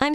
I'm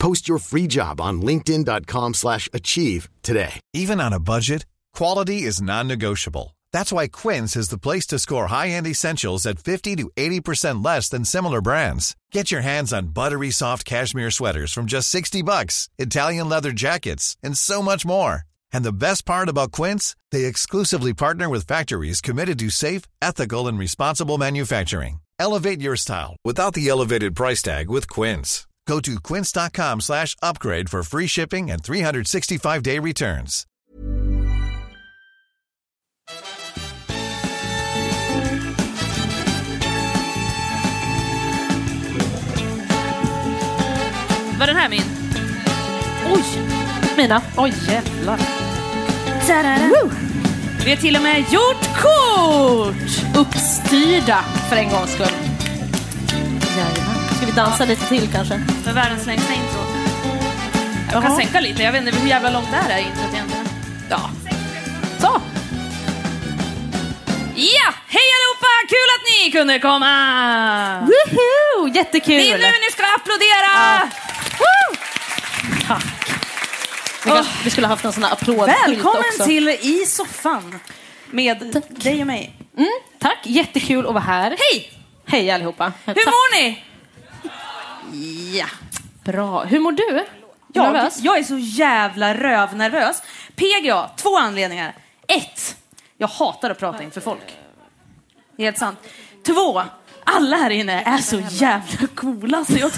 Post your free job on linkedin.com slash achieve today. Even on a budget, quality is non-negotiable. That's why Quince is the place to score high-end essentials at 50 to 80% less than similar brands. Get your hands on buttery soft cashmere sweaters from just 60 bucks, Italian leather jackets, and so much more. And the best part about Quince, they exclusively partner with factories committed to safe, ethical, and responsible manufacturing. Elevate your style without the elevated price tag with Quince. Go to quince.com slash upgrade for free shipping and 365-day returns. Var den här min? Oj! Mina. Oj jävlar. Woo! Vi har till och med gjort kort! Uppstyrda för en gångs skull. Ska vi dansa lite till kanske? Med världens längsta intro. Jag kan Jaha. sänka lite, jag vet inte hur jävla långt det här är introt egentligen. Ja. Så! Ja! Hej allihopa! Kul att ni kunde komma! Woohoo! Jättekul! Det är nu ni ska applådera! Woo! Vi, kanske- vi skulle ha haft en sån här applåd Oh. Välkommen också. till I soffan med dig och mig. Mm, Tack, jättekul att vara här. Hej! Hej allihopa! Hur mår ni? Ja. Bra. Hur mår du? Jag, Nervös? jag är så jävla rövnervös. PGA, två anledningar. Ett, jag hatar att prata inför folk. Det är helt sant. Två, alla här inne är så jävla coola. Så jag,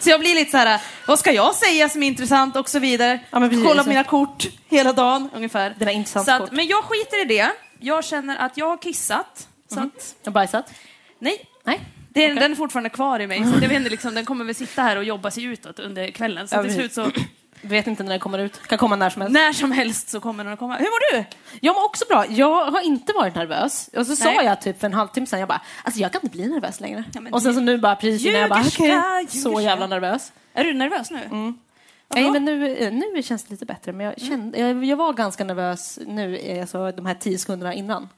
så jag blir lite så här, vad ska jag säga som är intressant och så vidare. Ja, men precis. Kolla på mina kort hela dagen ungefär. Dina intressanta så att, kort. Men jag skiter i det. Jag känner att jag har kissat. Så att, Jag har bajsat? nej, Nej. det, Den är fortfarande kvar i mig, så att jag vet inte, liksom, den kommer väl sitta här och jobba sig utåt under kvällen. Så Ja, till slut precis. så, Vet inte när den kommer ut. Kan komma när som helst. när som helst så kommer den att komma. Hur mår du? Jag mår också bra. Jag har inte varit nervös. Och så sa Nej. jag typ för en halvtimme sedan, jag bara, alltså jag kan inte bli nervös längre. Ja, men och sen så nu bara precis innan jag bara, Ljugerska, okej, så ljugerska. jävla nervös. Är du nervös nu? Mm. Varför Nej, då? men nu, nu känns det lite bättre, men Mm. jag, kände, jag, jag var ganska nervös nu, alltså, de här tio sekunderna innan.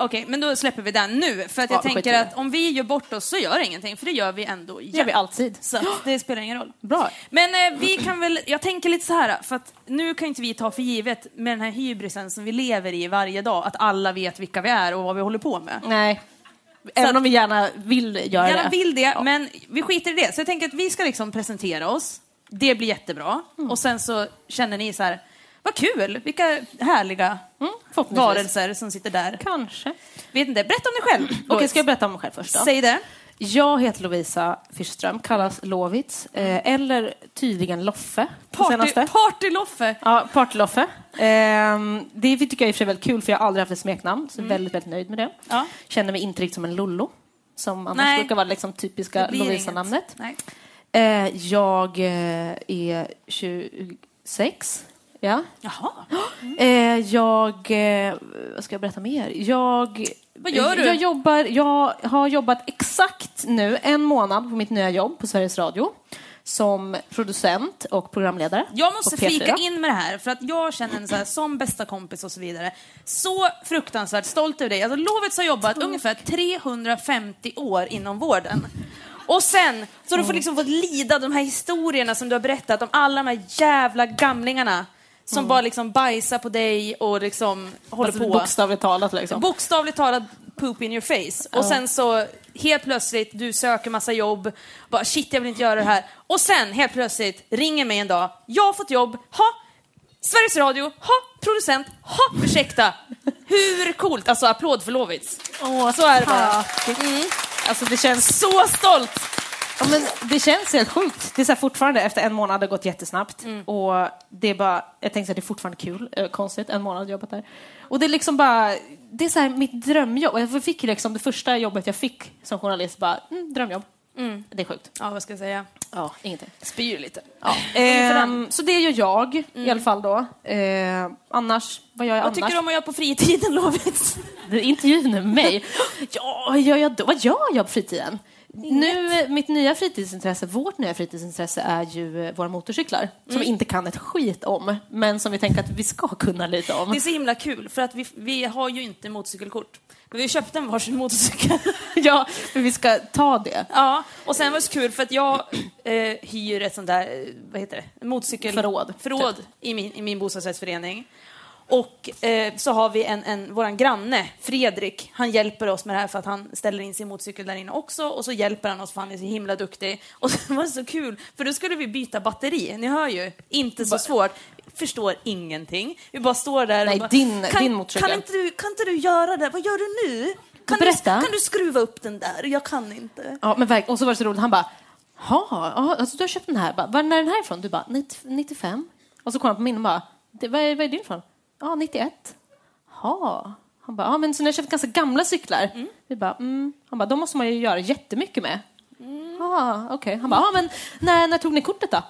Okej, men då släpper vi den nu. För att jag Ja, skit i tänker det. att om vi gör bort oss så gör det ingenting, för det gör vi ändå Det gör vi jämt. alltid. Så att det spelar ingen roll. Bra. Men eh, vi kan väl, jag tänker lite så här, för att nu kan inte vi ta för givet med den här hybrisen som vi lever i varje dag, att alla vet vilka vi är och vad vi håller på med. Nej. Även att- om vi gärna vill göra Gärna det. vill det, men vi skiter i det. Så jag tänker att vi ska liksom presentera oss. Det blir jättebra. Mm. Och sen så känner ni så här, vad kul, vilka härliga Mm, förhoppningsvis. varelser som sitter där. Kanske. Vet inte, berätta om dig själv. Okej, Lois. ska jag berätta om mig själv först då? Säg det. Jag heter Lovisa Fischerström, kallas Lovits, eh, eller tydligen Loffe. på Party, senaste. partyloffe. Ja, Partyloffe. Ehm, det tycker jag i och för sig är väldigt kul för jag har aldrig haft ett smeknamn, så väldigt, väldigt nöjd med det. Mm. Ja. Känner mig inte riktigt som en Lollo, som annars Nej. brukar vara liksom typiska Det blir Lovisa-namnet. inget. Nej. Eh, jag eh, är 26. Ja. Jaha. Eh, jag... Eh, vad ska jag berätta mer? Jag... Vad gör du? Jag, jobbar, jag har jobbat exakt nu en månad på mitt nya jobb på Sveriges Radio som producent och programledare. Jag måste på P4. flika in med det här, för att jag känner en så här, som bästa kompis och så vidare, så fruktansvärt stolt över dig. Alltså, Lovits har jobbat ungefär 350 år inom vården. Och sen, så Mm. du får liksom fått lida de här historierna som du har berättat om alla de här jävla gamlingarna som bara liksom bajsar på dig och liksom håller Mm. Alltså, på. bokstavligt talat liksom. Bokstavligt talat poop in your face. Och sen så helt plötsligt, du söker massa jobb, bara shit jag vill inte göra det här. Och sen helt plötsligt ringer mig en dag, jag har fått jobb, ha, Sveriges Radio, ha, producent, ha, ursäkta. Hur coolt? Alltså applåd för Lovits. Åh, Så är det bara. tack. Mm. Alltså det känns, Så stolt! ja, men det känns helt sjukt. Det är så här, fortfarande, efter en månad har det gått jättesnabbt. Mm. Och det är bara, jag tänkte att det är fortfarande kul, eh, konstigt, en månad har jag jobbat där. Och det är liksom bara, det är så här mitt drömjobb. Och Jag fick liksom det första jobbet jag fick som journalist, bara, mm, drömjobb. Det är sjukt. Ja, vad ska jag säga? Ja, ingenting. Spyr lite. Ja. Ehm, så det gör jag i alla fall då. Ehm, annars, vad gör jag Mm. Vad annars? Mm. tycker du om att göra på fritiden, Lovits? Du intervjuar mig. Ja, vad gör jag då? Vad gör jag på fritiden? Nu, eh, mitt nya fritidsintresse, vårt nya fritidsintresse är ju eh, våra motorcyklar. Som vi inte kan ett skit om, men som vi tänker att vi ska kunna lite Det om. är så himla kul, för att vi, vi har ju inte motorcykelkort. Men vi köpte en varsin motorcykel. Ja, för vi ska ta det. ja, och sen var det så kul för att jag eh, hyr ett sånt där, eh, vad heter det, motorcykel... Förråd, typ. Förråd i, min, i min bostadsrättsförening. Och eh, så har vi en, en, våran granne, Fredrik, han hjälper oss med det här för att han ställer in sin motorcykel där inne också och så hjälper han oss för han är så himla duktig. Och så var det så kul, för då skulle vi byta batteri, ni hör ju, inte så svårt. Förstår ingenting. Vi bara står där Nej, och bara, din- kan, din motorcykel." Kan inte, du, kan inte du göra det? Vad gör du nu? Kan Berätta. Du, kan du skruva upp den där? Jag kan inte. Ja, men verk- och så var det så roligt, han bara, "Jaha, ja, alltså du har köpt den här, bara, "Var- när är den här ifrån? Du bara, "Nitt- 95. Och så kom han på min och bara, "Det- vad är, vad är din ifrån? Ja, 91. Jaha. Han bara, ja men så ni har köpt ganska gamla cyklar? Vi bara, mm. Han bara, de måste man ju göra jättemycket med. Ja, okej. Han bara, ja men när, när tog ni kortet då? Eh,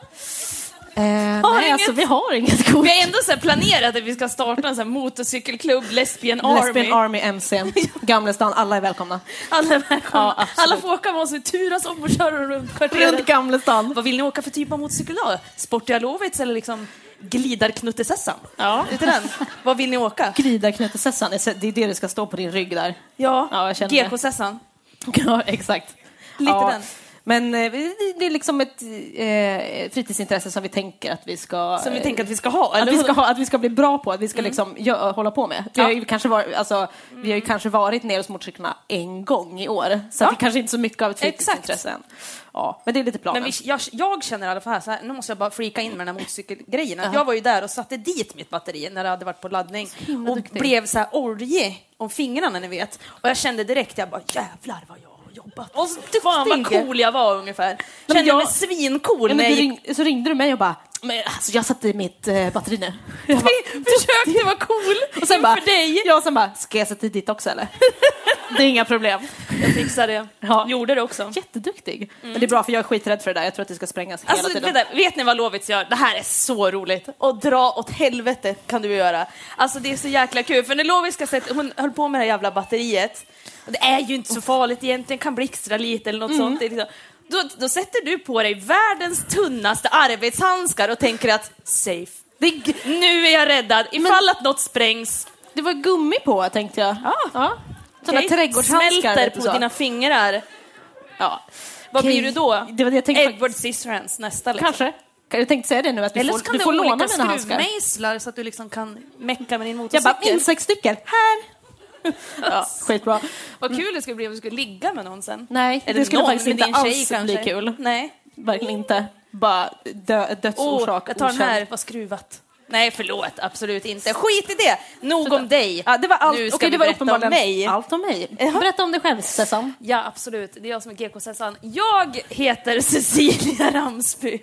nej, inget. alltså vi har inget kort. Vi har ändå så här planerat att vi ska starta en så här motorcykelklubb, Lesbian, Lesbian Army. Army MC, Gamlestan, alla är välkomna. Alla är välkomna. Ja, absolut. Alla får åka med oss, vi turas om och kör runt kvarteret. Runt Gamlestan. Vad vill ni åka för typ av motorcykel då? Sportiga Lovits eller liksom Glidarknuttesessan? Ja. Lite den. Vad vill ni åka? Gridarknuttesessan, det är det du ska stå på din rygg där. Ja, Ja, jag känner det. GK-sessan. Ja, exakt. Lite ja. den. Men eh, vi- det är liksom ett eh, fritidsintresse som vi tänker att vi ska... Som vi eh, tänker att vi ska ha, att eller Mm. vi ska, ha, att vi ska bli bra på, att vi ska liksom gö- hålla på med. Vi, har ju kanske varit, alltså, vi har ju kanske varit nere hos motorcyklarna en gång i år, så att det kanske inte är så mycket av ett Exakt. fritidsintresse än. Ja, men det är lite planen. Men vi, jag, jag känner i alla fall här, så här, nu måste jag bara flika in med den här motorcykelgrejen. att Jag var ju där och satte dit mitt batteri när det hade varit på laddning himla och duktig. blev så här oljig om fingrarna, ni vet. Och jag kände direkt, jag bara jävlar vad jag har jobbat. Och så, fan vad duktig. cool jag var ungefär. men Kände jag- mig svincool Ja, när men jag du gick ring, så ringde du mig och bara men, alltså, jag satte i mitt eh, batteri nu. Jag bara, försökte vara cool och sen bara, för dig. Ja, och sen bara, ska jag sätta i ditt också eller? det är inga problem. Jag fixade det. Ja. Gjorde det också. Jätteduktig. Men det är bra för jag är skiträdd för det där. Jag tror att det ska sprängas hela Mm. Alltså, tiden. vänta, vet ni vad Lovits gör? Det här är så roligt. Och dra åt helvete kan du göra. Alltså det är så jäkla kul. För när Lovits ska sätta, hon höll på med det här jävla batteriet. Och det är ju inte så farligt egentligen, kan blixtra lite eller något Mm. sånt. Det är Liksom. Då, då sätter du på dig världens tunnaste arbetshandskar och tänker att safe. Det, är g- Nu är jag räddad ifall att något sprängs. det var gummi på tänkte jag. Ja. Sådana Okej? trädgårdshandskar. Smälter vet du på så. dina fingrar. Ja. Vad Okej. blir du då? Det var det jag tänkte Edward Scissorhands nästa liksom. Kanske. Jag tänkte säga det nu att du Eller så får, kan du du får ha låna olika mina handskar. skruvmejslar så att du liksom kan mecka med din Jag motorcykel. bara, insektsnyckel, här! Ja, skitbra. Vad kul det skulle bli om du skulle ligga med någon sen. Nej, Eller det skulle någon faktiskt med inte din tjej, alls bli kanske. kul. Nej. Verkligen inte. Bara dö, Åh, dödsorsak. jag tar den okänd. här, vad skruvat. Nej, förlåt, absolut inte. Skit i det! Nog om dig. Ja, det var allt. Nu ska Okej, vi det var berätta om uppenbarligen mig. Allt om mig. Jaha. Berätta om dig själv, Sessan. Ja, absolut. Det är jag som är GK-sessan. Jag heter Cecilia Ramsby.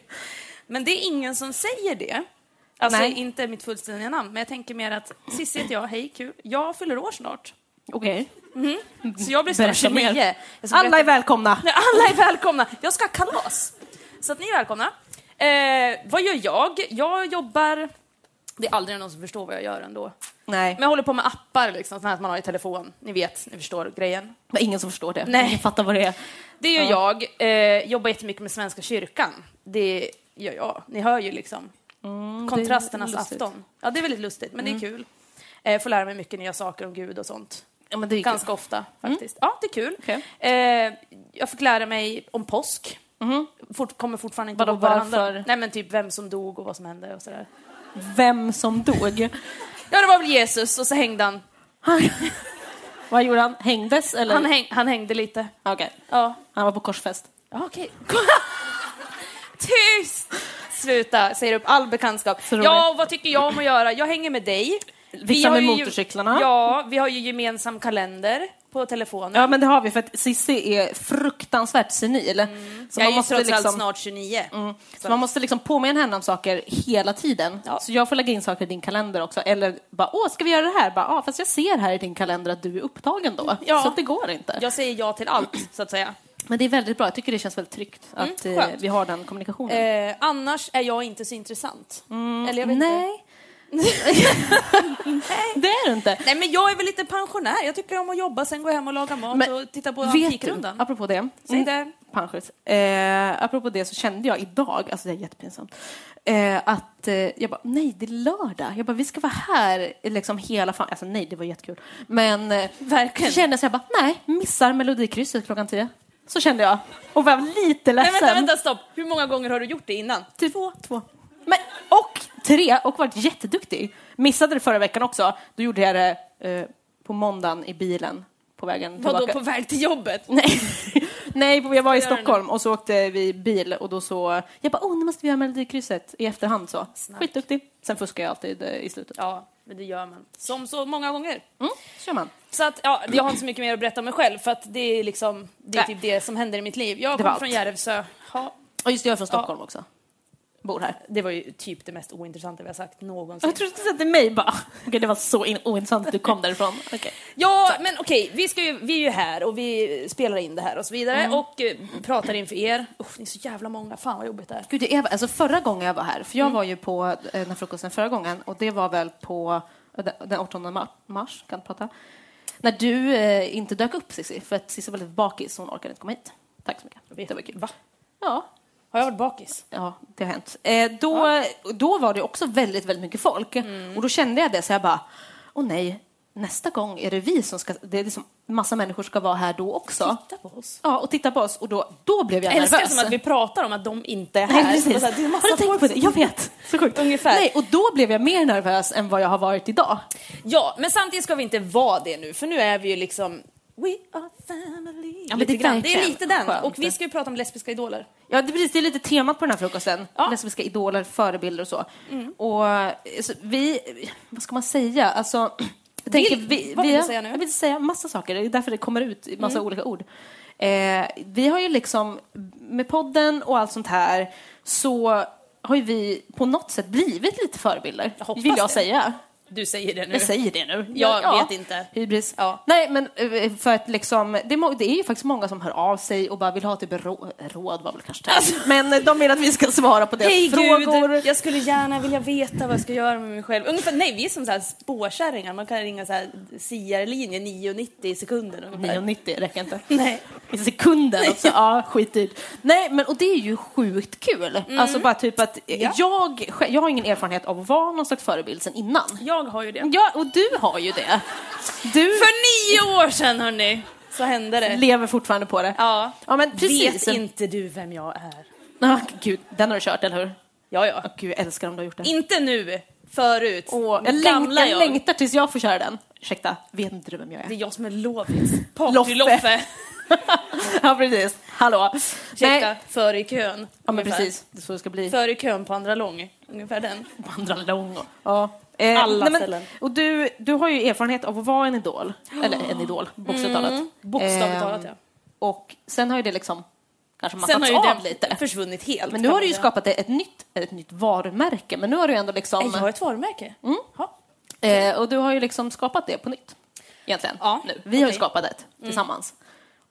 Men det är ingen som säger det. Alltså, Nej. inte mitt fullständiga namn, men jag tänker mer att Cissi heter jag, hej, kul. Jag fyller år snart. Okej. Så jag blir snart Berätta 29. mer. Jag ska Alla är berätta- välkomna. Nej, Alla är välkomna. Jag ska ha kalas. Så att ni är välkomna. Eh, vad gör jag? Jag jobbar... Det är aldrig någon som förstår vad jag gör ändå. Nej. Men jag håller på med appar, liksom, sådana här som man har i telefon. Ni vet, ni förstår grejen. Men ingen som förstår det. Nej. Ingen fattar vad det är. Det gör jag. Eh, jobbar jättemycket med Svenska kyrkan. Det gör jag. Ni hör ju liksom kontrasternas Mm, det är lustigt. Mm. afton. Ja, det är väldigt lustigt, men det är kul. Eh, får lära mig mycket nya saker om Gud och sånt. Ja, men det är ju kul. Ganska ofta faktiskt. Ja, det är kul. Mm. Okej. Eh, jag fick lära mig om påsk. Fort, kommer fortfarande inte Mm-hmm. Vadå, ihåg vad det handlar om. varför? Nej men typ vem som dog och vad som hände och sådär. Vem som dog. Ja det var väl Jesus och så hängde han. Vad gjorde han? Hängdes eller? Han, häng, han hängde lite. Okej. Ja. Han var på korsfest. Ja, Okej. Tyst! Sluta, säger upp all bekantskap. Så roligt. Ja, och vad tycker jag om att göra? Jag hänger med dig. Fixa har med ju- motorcyklarna. Ja, vi har ju gemensam kalender på telefonen. Ja men det har vi för att Cissi är fruktansvärt senil. Så jag är man ju måste, trots liksom, allt snart 29. så man måste liksom påminna henne om saker hela tiden. Ja. Så jag får lägga in saker i din kalender också. Eller bara, åh ska vi göra det här? Bara, ja fast jag ser här i din kalender att du är upptagen då. Ja. Så att det går inte. Jag säger ja till allt, så att säga. Men det är väldigt bra. Jag tycker det känns väldigt tryggt att eh, skönt. vi har den kommunikationen. Eh, annars är jag inte så intressant. Eller jag vet inte. Mm. Nej. det är det inte. Nej, men jag är väl lite pensionär. Jag tycker om att jobba, sen gå hem och laga mat Men och titta på Vet du, Antikrundan. apropå det. Mm. Säg det. Panschis. Eh, apropå det så kände jag idag, alltså det är jättepinsamt, eh, att eh, jag bara, nej det är lördag. Jag bara, vi ska vara här liksom hela fan. Alltså nej, det var jättekul. Men eh, Verkligen. så kände jag så jag bara, nej, missar melodikrysset klockan tio. Så kände jag. Och var lite Nej, ledsen. vänta, vänta, stopp. Hur många gånger har du gjort det innan? Typ två. Men, och tre, och varit jätteduktig. Missade det förra veckan också. Då gjorde jag det eh, på måndagen i bilen på vägen Vadå, tillbaka. på väg till jobbet? Nej, Nej jag var i Ska vi göra Stockholm och så åkte vi bil och då så... Jag bara, åh, nu måste vi göra Melodikrysset i efterhand så. Skitduktig. Sen fuskar jag alltid eh, i slutet. Ja, men det gör man. Som så många gånger. Mm, så gör man. Så att, ja, jag har inte så mycket mer att berätta om mig själv, för att det är liksom, det är Nej. typ det som händer i mitt liv. Jag Det var kommer från allt. Järvsö. Ja, Och just det, jag är från Stockholm också. Bor här. det var ju typ det mest ointressanta vi har sagt någonsin. Jag trodde du sa till mig bara. Okej, det var så in- ointressant att du kom därifrån. Okej. Ja, men okej, vi, ska ju, vi är ju här och vi spelar in det här och så vidare Mm. och eh, pratar inför er. Usch, ni är så jävla många. Fan vad jobbigt det är. Gud, det är, alltså förra gången jag var här, för jag var ju på eh, den här frukosten förra gången och det var väl på eh, den- den 18 ma- mars, kan jag prata, när du eh, inte dök upp Cissi, för att Cissi var lite bakis så hon orkade inte komma hit. Tack så mycket. Det var kul. Va? Ja, Har jag varit bakis? Ja, det har hänt. Eh, då, då var det också väldigt, väldigt mycket folk. Mm. Och då kände jag det, så jag bara, åh nej, nästa gång är det vi som ska, det är liksom massa människor ska vara här då också. Titta på oss. Ja, och titta på oss. Och då, då blev jag Jag älskar nervös. som att vi pratar om att de inte är här. Nej, Så bara precis. så här, det är en massa Har du tänkt folk på det? som- Jag vet. Så sjukt. Ungefär. Nej, och då blev jag mer nervös än vad jag har varit idag. Ja, men samtidigt ska vi inte vara det nu, för nu är vi ju liksom We are family. Ja, men lite det är grann. det är verkligen lite den. skönt. Och vi ska ju prata om lesbiska idoler. Ja, det, är precis, det är lite temat på den här frukosten. Ja. Mm. Lesbiska idoler, förebilder och så. Och eh, så vi, vad ska man säga? Alltså, jag tänker, vi, vad vill vi du har- säga nu? Mm. Jag vill säga massa saker, det är därför det kommer ut i massa olika ord. Eh, vi har ju liksom, med podden och allt sånt här, så har ju vi på något sätt blivit lite förebilder, Jag hoppas vill jag det. säga. Du säger det nu. Jag säger det nu. Jag vet inte. Hybris. Ja. Nej, men eh, för att liksom, det, är må- det är ju faktiskt många som hör av sig och bara vill ha typ rå- råd, var väl kanske det. Men eh, de vill att vi ska svara på deras Hej frågor. gud, jag skulle gärna vilja veta vad jag ska göra med mig själv. Ungefär, nej, vi är som så här spårkärringar, man kan ringa så här siarlinjen 9,90 i sekunden. ungefär. 9,90 räcker inte. Nej. I sekunden också. Ja, skitdyrt. Nej, men och det är ju sjukt kul. Alltså bara typ att eh, Ja. jag, sj- jag har ingen erfarenhet av att vara någon slags förebild sen innan. Jag har ju det. Ja, och du har ju det. Du För nio år sedan hörni, så hände det. lever fortfarande på det. Ja. ja men precis. Vet inte du vem jag är? Ah, gud, den har du kört, eller hur? Ja, ja. Gud, jag älskar om du har gjort det. Inte nu, förut. Åh, jag, läng- Gamla jag, jag. längtar tills jag får köra den. Ursäkta, vet inte du vem jag Det är är? jag som är lovis. Partyloffe. ja, precis. Hallå. Ursäkta, före i kön. Ja, men ungefär. precis. Det är så det ska bli. Före i kön på andra lång. Ungefär den. På andra lång och... Ja. Eh, Alla nej, men, ställen. Och du, du har ju erfarenhet av att vara en idol. Eller en idol, bokstavligt talat. Mm. Ehm, Bokstavligt talat, ja. Och sen har ju det liksom kanske mattats Sen har ju av den lite. försvunnit helt. Men nu kan har man du ju säga. skapat ett nytt, ett nytt varumärke. Men nu har du ändå liksom... Nej, Jag har ett varumärke. Ja. Mm. Eh, och du har ju liksom skapat det på nytt. Egentligen. Ja, nu. Vi har ju okej. Mm. skapat det tillsammans.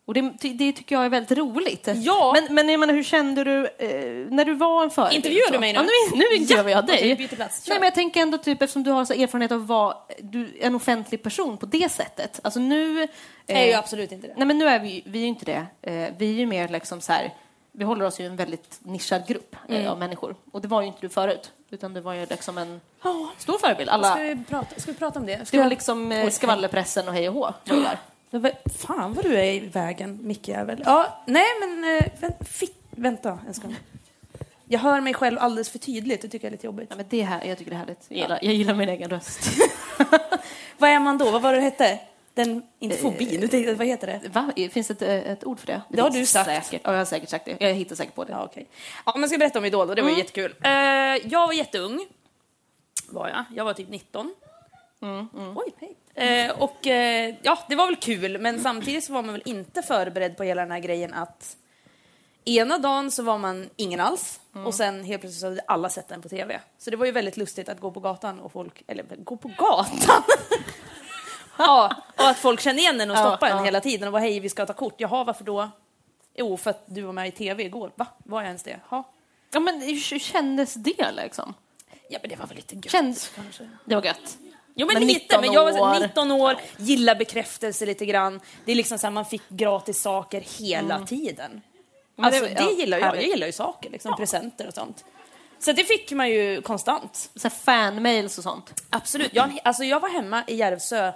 Och det, ty- det tycker jag är väldigt roligt. Ja. Men, men jag menar, hur kände du eh, när du var en förebild? Intervjuar du Så. mig nu? Ja, nu, nu intervjuar jag dig. okej, byter plats. Kör. Nej, men jag tänker ändå typ eftersom du har så erfarenhet av att vara du, en offentlig person på det sättet. Alltså nu... eh, Jag är ju absolut inte det. Nej, men nu är vi, ju- vi är ju inte det. Eh, vi är ju mer liksom så här... Vi håller oss ju i en väldigt nischad grupp eh, Mm. av människor. Och det var ju inte du förut. Utan du var ju liksom en Ja. stor förebild. Alla, Ska vi prata, ska vi prata om det? Ska det var jag... liksom eh, skvallerpressen och hej och hå. var det där. Det var- Fan vad du är i vägen, Mickejävel. Ja, nej men eh, vänt, fick... vänta en sekund. Jag hör mig själv alldeles för tydligt, det tycker jag är lite jobbigt. Ja, men det här, jag tycker det är härligt. Jag gillar, jag gillar min egen röst. Vad är man då? Vad var det du hette? Den, inte fobin, utan vad heter det? Va? Finns det ett, eh, ett ord för det? Det har finns du sagt. Säkert. Ja, jag har säkert sagt det. Jag hittar säkert på det. Ja, okej. Ja, men jag ska berätta om Idol då, det var ju jättekul. Eh, jag var jätteung. Var jag. Jag var typ 19. Oj, hej. Eh, och eh, ja, det var väl kul, men samtidigt så var man väl inte förberedd på hela den här grejen att ena dagen så var man ingen alls Mm. och sen helt plötsligt så hade alla sett den på TV. Så det var ju väldigt lustigt att gå på gatan och folk, eller gå på gatan? ja, och att folk känner igen en och Ja, stoppar en ja. hela tiden och bara hej vi ska ta kort. Jaha varför då? Jo, för att du var med i tv igår. Va? Var jag ens det? Ha. Ja, men hur kändes det liksom? Ja, men det var väl lite gött. Kändes... Det var gött. Jo, men, Men lite. 19 Men jag var år. 19 år, gillar bekräftelse lite grann. Det är liksom så här, man fick gratis saker hela tiden. Men alltså, det- Mm. det, ja, gillar jag. Jag härligt. gillar ju saker, liksom presenter och sånt. Så det fick man ju konstant. Så här fanmails och sånt. Absolut. Jag, alltså, jag var hemma i Järvsö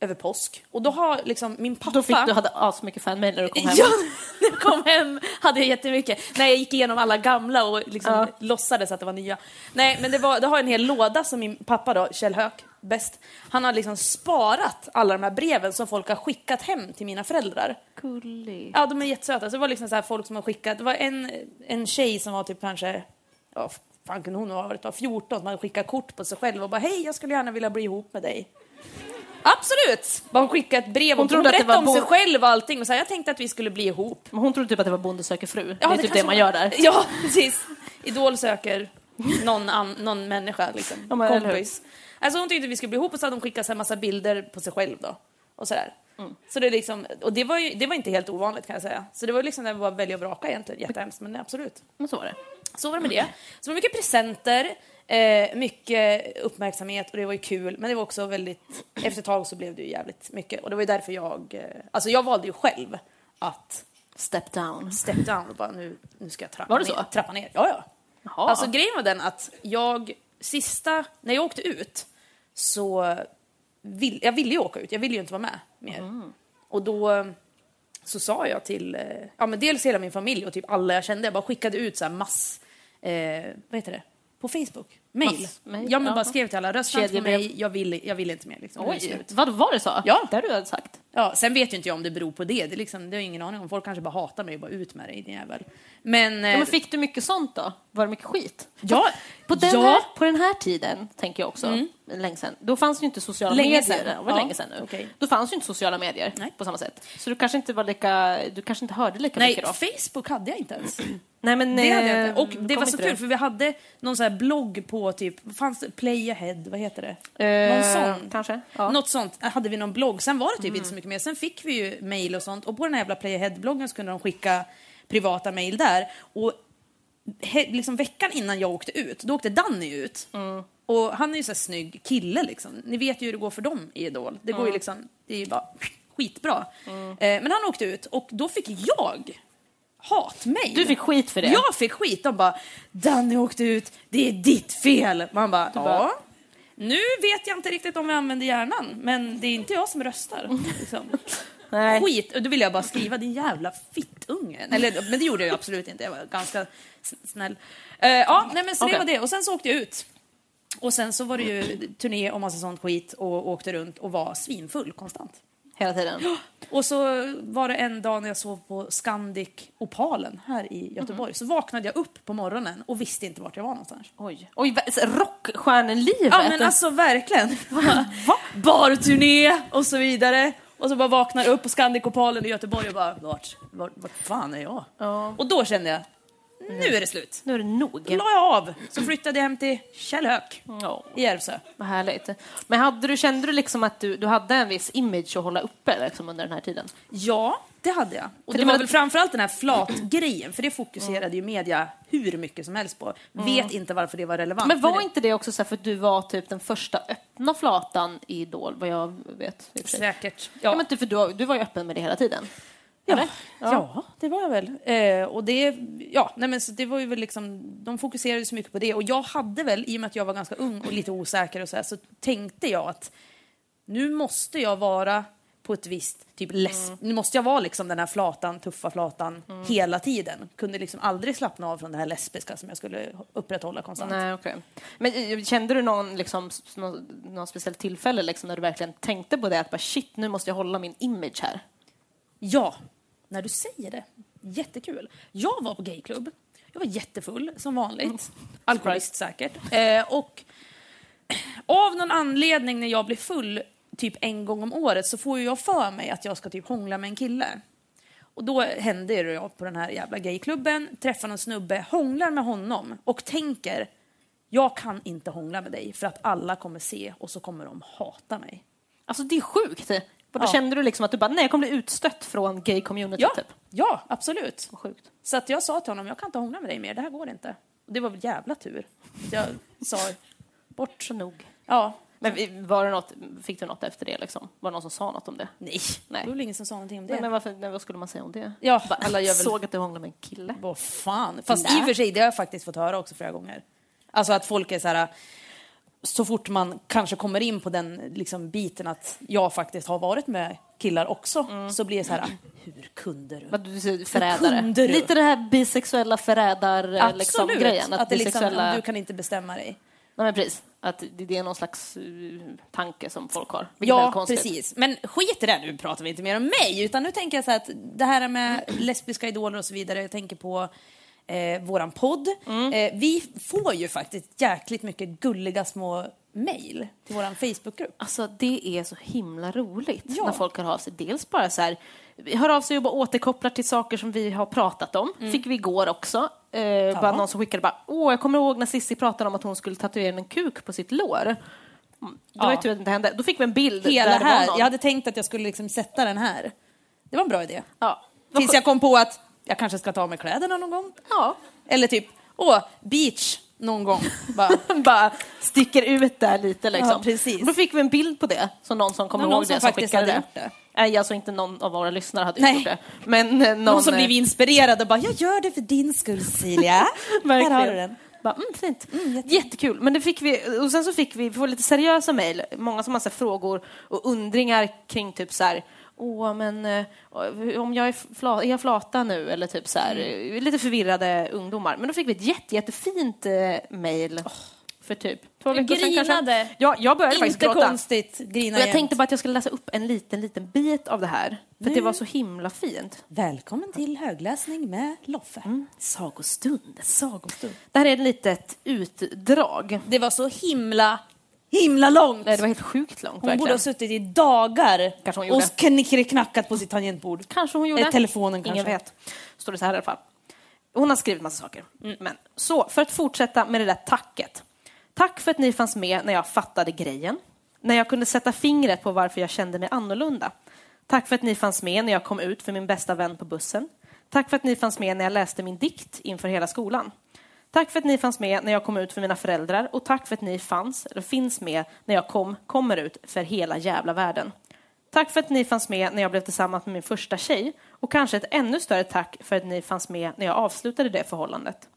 över påsk och då har liksom min pappa... Då fick du, hade asmycket fanmail när du kom hem. Ja, när jag kom hem hade jag jättemycket. När jag gick igenom alla gamla och liksom låtsades att det var nya. Nej, men det, var, det har en hel låda som min pappa då, Kjell Höök, bäst, han har liksom sparat alla de här breven som folk har skickat hem till mina föräldrar. Gullig. Ja, de är jättesöta. Så det var liksom så här folk som har skickat, det var en, en tjej som var typ kanske, ja, fan kunde hon ha varit, var 14, som hade skickat kort på sig själv och bara hej, jag skulle gärna vilja bli ihop med dig. Absolut! Bara Hon skickade ett brev och hon, Hon trodde att det berättade om var sig bo- själv och allting och så här, jag tänkte att vi skulle bli ihop. Men hon trodde typ att det var Bonde söker fru. Ja, det är typ kanske det man gör där. Ja, precis. Idol söker någon, an, någon människa, liksom. Ja, men eller hur? kompis. Alltså hon tyckte vi skulle bli ihop och så hade hon skickat en massa bilder på sig själv då. Och sådär. Mm. Så det är liksom, och det var ju det var inte helt ovanligt kan jag säga. Så det var ju liksom när vi var välja och vraka egentligen, jättehemskt men absolut. Men så var det. Så var det med det. Så det var mycket presenter, eh, mycket uppmärksamhet och det var ju kul. Men det var också väldigt, efter ett tag så blev det ju jävligt mycket. Och det var ju därför jag, eh, alltså jag valde ju själv att Step down. step down och bara nu, nu ska jag trappa Var det ner. så? Trappa ner. Ja, ja. Jaha. Alltså grejen var den att jag sista, när jag åkte ut så vill, jag ville ju åka ut, jag ville ju inte vara med mer. Mm. Och då så sa jag till, eh, ja men dels hela min familj och typ alla jag kände, jag bara skickade ut så här mass, eh, vad heter det? På Facebook? Mail? Mail, Ja men ja. bara skrev till alla, rösta inte på Kedjebrev. mig, jag vill, jag vill inte mer liksom. Nu är det Oj, slut. vad var det så? Ja. Det har du hade sagt. Ja, sen vet ju inte jag om det beror på det. Det, är liksom, det har jag ingen aning om. Folk kanske bara hatar mig och bara ut med dig, din jävel. Men... Ja, eh, men fick du mycket sånt då? Var det mycket skit? ja, På den, ja, Mm. här, på den här tiden, tänker jag också, länge sedan, då fanns ju inte sociala Länge medier. sedan. Det var Ja, länge sedan nu. okej. Då fanns ju inte sociala medier Nej. på samma sätt. Så du kanske inte var lika, du kanske inte hörde lika Nej, mycket då? Facebook hade jag inte ens. Nej, men, Det eh, hade jag inte. Och det kom var så inte kul, för vi hade någon så här blogg på typ... vad Fanns det? Play ahead, vad heter det? Eh, någon sån. Kanske. Ja. Något sånt Äh, hade vi någon blogg. Sen var det typ inte så mycket mer. Sen fick vi ju mail och sånt. Och på den här jävla Playahead-bloggen så kunde de skicka privata mail där. Och he- liksom veckan innan jag åkte ut, då åkte Danny ut. Mm. Och han är ju så här snygg kille liksom. Ni vet ju hur det går för dem i Idol. Det går ju liksom, det är ju bara skitbra. Mm. Eh, men han åkte ut och då fick jag hatmejl. Du fick skit för det? Jag fick skit. De bara “Danny åkte ut, det är ditt fel”. Man bara “Ja”. bara- Nu vet jag inte riktigt om vi använder hjärnan, men det är inte jag som röstar. Liksom. Nej. Skit! Och då ville jag bara skriva “din jävla fittungen”. Eller, men det gjorde jag ju absolut inte, jag var ganska s- snäll. Eh, ja, nej, men så det Okej. var det. Och sen så åkte jag ut. Och sen så var det ju turné och massa sånt skit och åkte runt och var svinfull konstant. Hela tiden? Och så var det en dag när jag sov på Scandic Opalen här i Mhm. Göteborg. Så vaknade jag upp på morgonen och visste inte vart jag var någonstans. Oj. Oj, va- så rockstjärnelivet! Ja men alltså verkligen. Barturné och så vidare. Och så bara vaknar jag upp på Scandic Opalen i Göteborg och bara vart, vart, vart fan är jag? Ja. Mm. Och då kände jag, nu är det slut. Nu är det nog. Då la jag av. Så flyttade jag hem till Kjell Höök Ja. i Järvsö. Vad härligt. Men hade du, kände du liksom att du, du hade en viss image att hålla uppe liksom, under den här tiden? Ja, det hade jag. Och För det det var var- väl framförallt den här flatgrejen, för det fokuserade ju media hur mycket som helst på. Vet inte varför det var relevant. Mm. Men var det- inte det också så här, för att du var typ den första öppna flatan i Idol, vad jag vet? i och för sig. Säkert. Ja. Ja. men du, för du, du var ju öppen med det hela tiden. Ja. Eller? ja, det var jag väl. Eh, och det, ja, nej men så det var ju väl liksom, de fokuserade så mycket på det. Och jag hade väl, i och med att jag var ganska ung och lite osäker och så här, så tänkte jag att nu måste jag vara på ett visst, typ läs- Mm. nu måste jag vara liksom den här flatan, tuffa flatan hela tiden. Kunde liksom aldrig slappna av från det här lesbiska som jag skulle upprätthålla konstant. Nej, okej. Men eh, kände du någon, liksom, s- någon, någon speciell tillfälle liksom, när du verkligen tänkte på det att bara, shit, nu måste jag hålla min image här? Ja, när du säger det. Jättekul. Jag var på gayklubb. Jag var jättefull, som vanligt. Alkoholist säkert. Eh, och av någon anledning när jag blir full, typ en gång om året, så får ju jag för mig att jag ska typ hångla med en kille. Och då händer det jag på den här jävla gayklubben, träffar någon snubbe, hånglar med honom och tänker jag kan inte hångla med dig för att alla kommer se och så kommer de hata mig. Alltså det är sjukt. Och då kände du liksom att du bara, nej jag kommer bli utstött från gay-community Ja, typ. ja absolut. Vad Sjukt. Så att jag sa till honom, jag kan inte hångla med dig mer, det här går inte. Och det var väl jävla tur. Jag sa, Bort så nog. ja, Men vi- var det något, fick du något efter det liksom? Var det någon som sa något om det? nej. Nej. Det var väl ingen som sa någonting om det. Nej, men varför, nej, vad skulle man säga om det? Ja, Bara, alla gör väl- Såg att du hånglade med en kille. Vad fan. Fast Nej. i och för sig, det har jag faktiskt fått höra också flera gånger. Alltså att folk är så här, så fort man kanske kommer in på den liksom, biten att jag faktiskt har varit med killar också, så blir det så här, "Ah, hur kunde du? Vad du säger, förrädare. kunde du? Lite det här bisexuella förrädar Absolut! liksom, grejen. att det liksom, bisexuella... du kan inte bestämma dig. Nej, men precis. Att det, det är någon slags eh, tanke som folk har. Vilket är väldigt Ja, konstigt. precis. Men skit i det, nu pratar vi inte mer om mig, utan nu tänker jag så här att det här med lesbiska idoler och så vidare, jag tänker på eh, våran podd. Eh, vi får ju faktiskt jäkligt mycket gulliga små mejl till våran Facebookgrupp. Alltså det är så himla roligt Ja. när folk hör av sig. Dels bara så här, hör av sig och bara återkopplar till saker som vi har pratat om. Fick vi igår också. Eh, bara någon som skickade bara, åh jag kommer ihåg när Sissi pratade om att hon skulle tatuera en kuk på sitt lår. Mm. Det var ju tur att det inte hände. Då fick vi en bild hela där här. det var någon. Jag hade tänkt att jag skulle liksom sätta den här. Det var en bra idé. Ja. Vad Tills skönt. jag kom på att jag kanske ska ta av mig kläderna någon gång. Ja. Eller typ, åh, beach någon gång. Bara. bara sticker ut där lite liksom. Ja, precis. Då fick vi en bild på det, så någon som kommer Någon ihåg som det faktiskt hade skickade det. gjort det. Nej, alltså inte någon av våra lyssnare hade Nej. gjort det. Men eh, någon, Någon som eh, blev inspirerad och bara, jag gör det för din skull Cecilia. här Verkligen. har du den. Bara, mm, fint. Jättekul. Men det fick vi, och sen så fick vi, vi får lite seriösa mejl. Många som har så här frågor och undringar kring typ så här Åh, men eh, om jag är, fla, är jag flata nu? Eller typ så här, Mm. eh, lite förvirrade ungdomar. Men då fick vi ett jätte, jättefint eh, mejl för typ två Du veckor sedan grinade. kanske. Ja, jag började faktiskt Inte gråta. konstigt, grina Och jag jämt. tänkte bara att jag skulle läsa upp en liten, liten bit av det här. För att Mm. det var så himla fint. Välkommen till högläsning med Loffe. Sagostund. Sagostund. Det här är ett litet utdrag. Det var så himla, himla långt. Nej, det var helt sjukt långt hon verkligen. borde ha suttit i dagar Kanske hon och gjorde. knickeriknackat på sitt tangentbord. Kanske hon gjorde. Eh, telefonen Ingen kanske. vet. Står det så här i alla fall. Hon har skrivit massa saker. Men, så, för att fortsätta med det där tacket. Tack för att ni fanns med när jag fattade grejen. När jag kunde sätta fingret på varför jag kände mig annorlunda. Tack för att ni fanns med när jag kom ut för min bästa vän på bussen. Tack för att ni fanns med när jag läste min dikt inför hela skolan. Tack för att ni fanns med när jag kom ut för mina föräldrar och tack för att ni fanns, eller finns med, när jag kom, kommer ut för hela jävla världen. Tack för att ni fanns med när jag blev tillsammans med min första tjej och kanske ett ännu större tack för att ni fanns med när jag avslutade det förhållandet.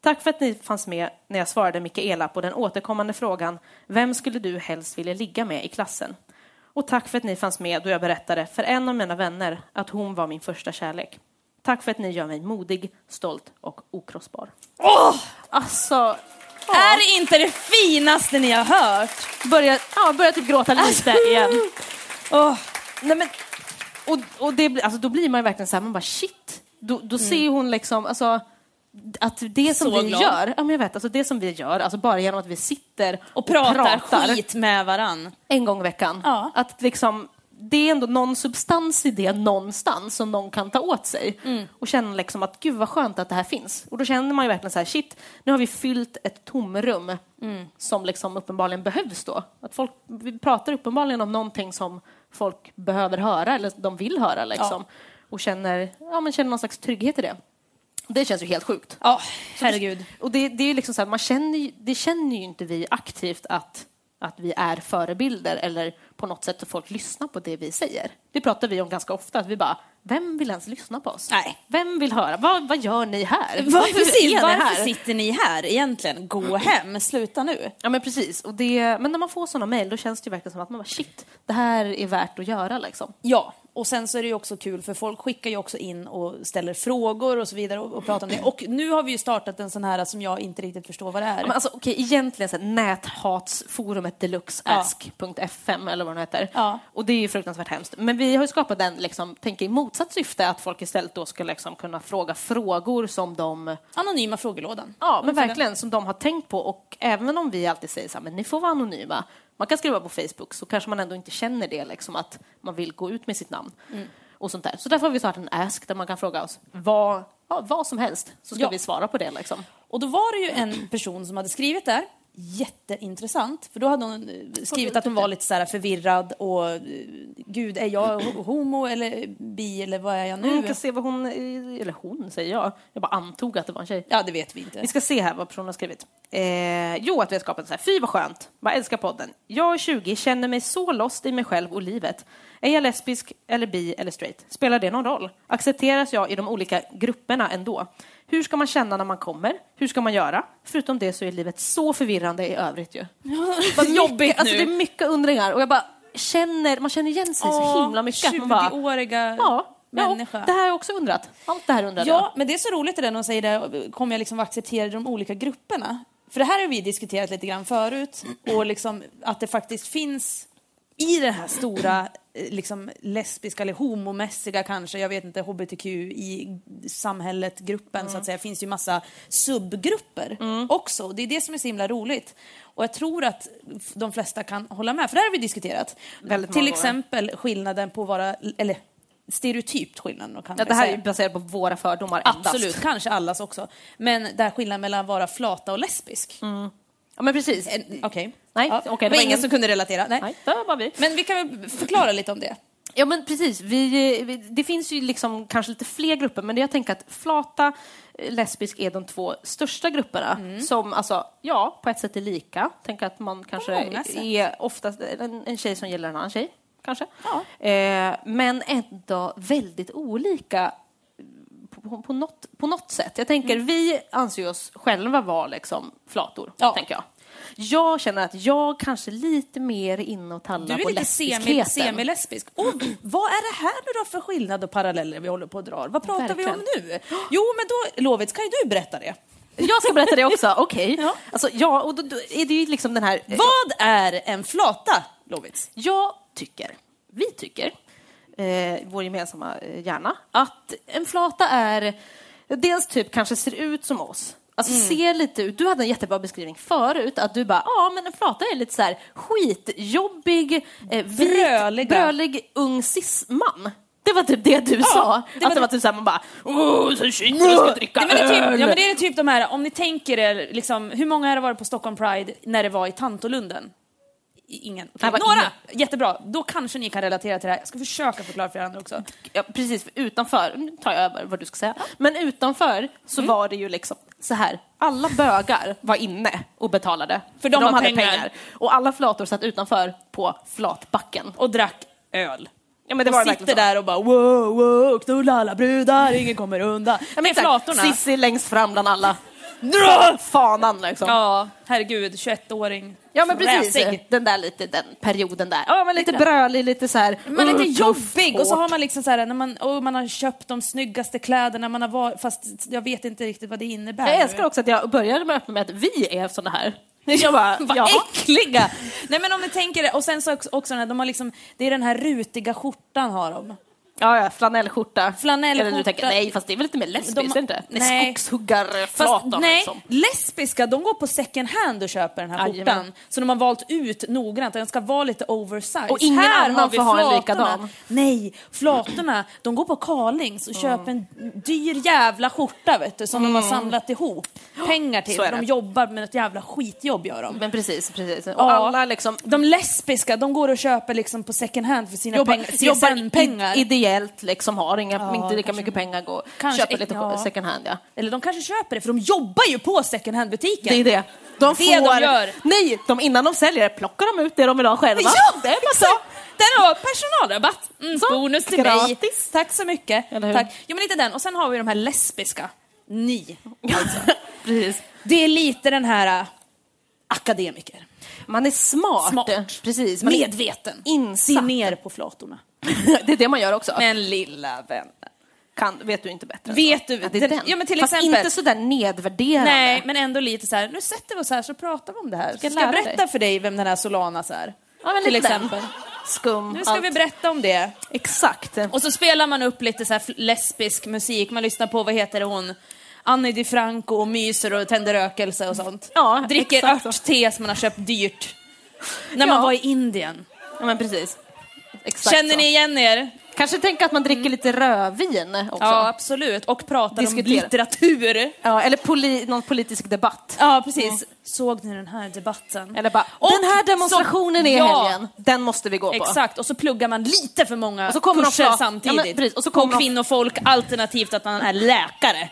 Tack för att ni fanns med när jag svarade Mikaela på den återkommande frågan Vem skulle du helst vilja ligga med i klassen? Och tack för att ni fanns med då jag berättade för en av mina vänner att hon var min första kärlek. Tack för att ni gör mig modig, stolt och okrossbar. Åh! Alltså, Är det inte det finaste ni har hört? börjar, ja, börjar typ gråta lite igen. Åh, Nej, men, och och det, blir- alltså, då blir man ju verkligen så här, man bara shit. Då, då ser hon liksom, alltså, att det som Mm. Så vi glad. gör, ja, men jag vet, alltså, det som vi gör, alltså bara genom att vi sitter och, Och pratar, skit med varann. en gång i veckan. Ja. Att liksom, det är ändå någon substans i det någonstans som någon kan ta åt sig och känna liksom att gud vad skönt att det här finns. Och då känner man ju verkligen så här shit, nu har vi fyllt ett tomrum som liksom uppenbarligen behövs då. Att folk vi pratar uppenbarligen om någonting som folk behöver höra eller de vill höra liksom. Och känner, ja, men känner någon slags trygghet i det. Det känns ju helt sjukt. Ja, herregud. Och det, det är liksom så här, man känner ju, det känner ju inte vi aktivt att, att vi är förebilder eller på något sätt att folk lyssnar på det vi säger. Det pratar vi om ganska ofta, att vi bara, vem vill ens lyssna på oss? Nej. Vem vill höra? Vad, vad gör ni här? Varför, är ni varför sitter ni här egentligen? Gå hem, sluta nu. Ja men precis, och det, men när man får sådana mejl då känns det ju verkligen som att man bara shit, det här är värt att göra liksom. Ja, och sen så är det ju också kul för folk skickar ju också in och ställer frågor och så vidare och, och pratar om det. Och nu har vi ju startat en sån här som jag inte riktigt förstår vad det är. Men alltså okej, egentligen så här, näthatsforumet deluxeask.fm eller vad den heter. Ja. Och det är ju fruktansvärt hemskt. Men vi har ju skapat den, liksom, tänker i motsatt syfte, att folk istället då ska liksom kunna fråga frågor som de Anonyma frågelådan. Ja, men verkligen, som de har tänkt på. Och även om vi alltid säger så här, men ni får vara anonyma. Man kan skriva på Facebook, så kanske man ändå inte känner det, liksom, att man vill gå ut med sitt namn. Mm. Och sånt där. Så därför har vi startat en Ask där man kan fråga oss vad, ja, vad som helst, så ska Ja. vi svara på det. Liksom. Och då var det ju en person som hade skrivit där. Jätteintressant, för då hade hon eh, skrivit att hon var lite så här förvirrad och eh, gud, är jag ho- homo eller bi eller vad är jag nu? Vi kan se vad hon, eller hon säger jag, jag bara antog att det var en tjej. Ja, det vet vi inte. Vi ska se här vad personen har skrivit. Eh, jo, att vi har skapat en så här. Fy vad skönt. Vad älskar podden. Jag är 20, känner mig så lost i mig själv och livet. Är jag lesbisk eller bi eller straight? Spelar det någon roll? Accepteras jag i de olika grupperna ändå? Hur ska man känna när man kommer? Hur ska man göra? Förutom det så är livet så förvirrande i övrigt ju. Vad jobbigt Alltså det är mycket undringar och jag bara känner, man känner igen sig så himla mycket. att man bara, 20-åriga ja, människa. Ja, det här har jag också undrat. Allt det här undrade jag. Ja, men det är så roligt det där när hon säger det, kommer jag liksom vara accepterad i de olika grupperna? För det här har vi diskuterat lite grann förut och liksom att det faktiskt finns i den här stora eh, liksom lesbiska eller homomässiga kanske, jag vet inte, hbtq i samhället, gruppen så Mm. att säga, finns ju massa subgrupper också. Det är det som är så himla roligt. Och jag tror att f- de flesta kan hålla med, för det här har vi diskuterat. Väldigt många Till gånger. exempel skillnaden på att vara, eller stereotypt skillnaden kan Ja, man det ju här säga. är baserat på våra fördomar endast. Absolut, kanske allas också. Men där skillnaden mellan att vara flata och lesbisk. Ja, men precis. En- Okej. Nej, ja. okej, Mm. det var ingen som kunde relatera. Nej. Nej, det var vi. Men vi kan väl förklara lite om det. Ja, men precis. Vi, eh, vi, det finns ju liksom kanske lite fler grupper, men jag tänker att flata, eh, lesbisk är de två största grupperna Mm. som alltså, ja, på ett sätt är lika. Tänk att man kanske många sätt. är oftast en, en tjej som gillar en annan tjej, kanske. Ja. Eh, men ändå väldigt olika på, på, något, på något sätt. Jag tänker, Mm. vi anser oss själva vara liksom flator, Ja. tänker jag. Jag känner att jag kanske lite mer är inne och Du tallar är på lite semi- lesbiskheten. semi-lesbisk. Och vad är det här nu då för skillnad och paralleller vi håller på att dra? Vad pratar vi om nu? Jo, men då, Lovits, kan ju du berätta det. Jag ska berätta det också, okej. Ja. Alltså, ja, och då, då är det ju liksom den här... Vad är en flata, Lovits? Jag tycker, vi tycker, eh, vår gemensamma eh, hjärna, att en flata är dels typ kanske ser ut som oss. Alltså Mm. ser lite ut, du hade en jättebra beskrivning förut, att du bara, ja men en flata är lite så här skitjobbig, eh, vit, Bröliga. brölig ung cis-man. Det var typ det du sa. det var att det det- var typ såhär, man bara, åh, så shit, jag ska dricka Nej, men det är öl. typ, ja, men det är typ de här, om ni tänker er, liksom, hur många har det varit på Stockholm Pride när det var i Tantolunden? I- Ingen. Okej, Det var Några! ingen. Jättebra. Då kanske ni kan relatera till det här. Jag ska försöka förklara för er andra också. ja, precis, för utanför, nu tar jag över vad du ska säga, men utanför så var det ju liksom så här, alla bögar var inne och betalade, För de har pengar. Och alla flator satt utanför på flatbacken. Och drack öl. Ja, men det och var det sitter verkligen så. där och bara wow, wow, knulla alla brudar, ingen kommer undan. Ja, men det är Exakt. flatorna. Sissi längst fram bland alla. Dra! Fanan liksom. Ja, Ja, herregud, 21-åring. men precis, Fräsig. den där lite, den perioden där. Ja men lite brölig, lite så här. Man är uh, lite tuff, jobbig och så hårt. har man liksom så här, när man, och man har köpt de snyggaste kläderna, man har varit, fast jag vet inte riktigt vad det innebär. Jag nu. älskar också att jag började med att öppna med att vi är såna här. Jag bara, Vad jaha. äckliga! Nej men om ni tänker det, och sen så också- också den här, de har liksom, det är den här rutiga skjortan har de. Ja, ja, flanellskjorta. Flanellskjorta. Eller du tänker, nej, fast det är väl lite mer lesbiskt, De- är det inte? nej. Fast, Skogshuggarflatan nej, liksom. lesbiska de går på second hand och köper den här Jajamän. skjortan. Så de har valt ut noggrant, att den ska vara lite oversized. Och ingen här annan har vi får ha en flatorna. likadan. Nej, flatorna, de går på Karlings och köper en dyr jävla skjorta vet du, som de har samlat ihop pengar till. Mm. Så är för De det. jobbar med ett jävla skitjobb gör de. Men precis, precis. Och Ja. alla liksom De lesbiska, de går och köper liksom på second hand för sina jobbar, pengar, jobbar CSN-pengar. i- ideellt, liksom har inga, inte lika kanske- mycket pengar, går, kanske- köper lite ja. second hand. Ja. Eller de kanske köper det, för de jobbar ju på second hand-butiken. Det är det. Det De de får, gör. Nej, de, innan de säljer det plockar de ut det de vill ha själva. Ja, det är bara så. exakt. Där har personalrabatt. Mm, Så, bonus till mig. gratis. Tack så mycket. Eller hur? Tack. Jo, men lite den. Och sen har vi de här lesbiska. Ni. Alltså. Precis. Det är lite den här äh, akademiker. Man är smart. Smart. Precis. Man är Medveten. Se Insatt. ner på flatorna. det är det man gör också. Men lilla vän. kan, vet du inte bättre? än Vet så. du- Att det är den- den. ja, men till Fast exempel- inte sådär nedvärderande. Nej, men ändå lite så här. Nu sätter vi oss här så pratar vi om det här. Ska, jag ska jag lära berätta dig? för dig vem den här Solanas är? Ja, men till lite den. exempel. Skum. Nu ska allt. vi berätta om det. Exakt. Och så spelar man upp lite så här fl- lesbisk musik, man lyssnar på, vad heter hon, Annie DiFranco och myser och tänder rökelse och sånt. Ja, Dricker exakt så. örtte som man har köpt dyrt. När man Ja. var i Indien. Ja, men precis. Exakt Känner så. ni igen er? Kanske tänka att man dricker lite rödvin också. Mm. Ja, absolut. Och pratar Diskutera. om litteratur. Ja, eller poli- någon politisk debatt. Ja, precis. Såg ni den här debatten? Eller bara, Och den här demonstrationen så- är i ja. helgen, den måste vi gå på. Exakt, och så pluggar man lite för många Och så kommer de kurser fra- samtidigt. Ja, men precis. Och så På kommer de- kvinnofolk, alternativt att man är läkare.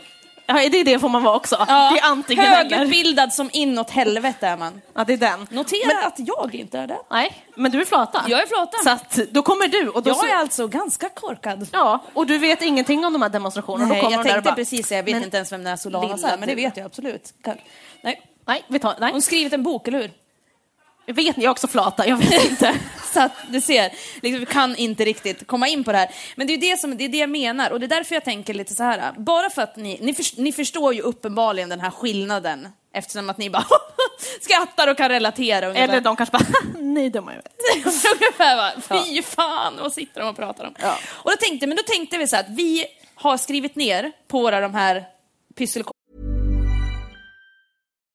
Ja, det är det får man vara också. Ja, det är antingen eller. högutbildad som inåt helvete är man. Ja, det är den. Notera att jag inte är det. Nej, men du är flata. Jag är flata. Så att, då kommer du och då så- Jag är alltså ganska korkad. Ja, och du vet ingenting om de här demonstrationerna. Nej, då kommer jag de där och tänkte bara, precis säga, jag vet men- inte ens vem den här Solanas Lilla är, men det du. vet jag absolut. Kan- Nej. Nej, vi tar, nej. Hon skrivit en bok, eller hur? Jag vet inte, jag är också flata. Jag vet inte. Så att du ser, liksom, vi kan inte riktigt komma in på det här. Men det är ju det, som, det är det jag menar och det är därför jag tänker lite så här. Bara för att ni, ni, förs- ni förstår ju uppenbarligen den här skillnaden eftersom att ni bara skrattar och kan relatera ungefär. eller de kanske bara, nej dumma jag vet. ungefär va? Fy fan, vad sitter de och pratar om? Och då tänkte, men då tänkte vi så här att vi har skrivit ner på våra de här pyssel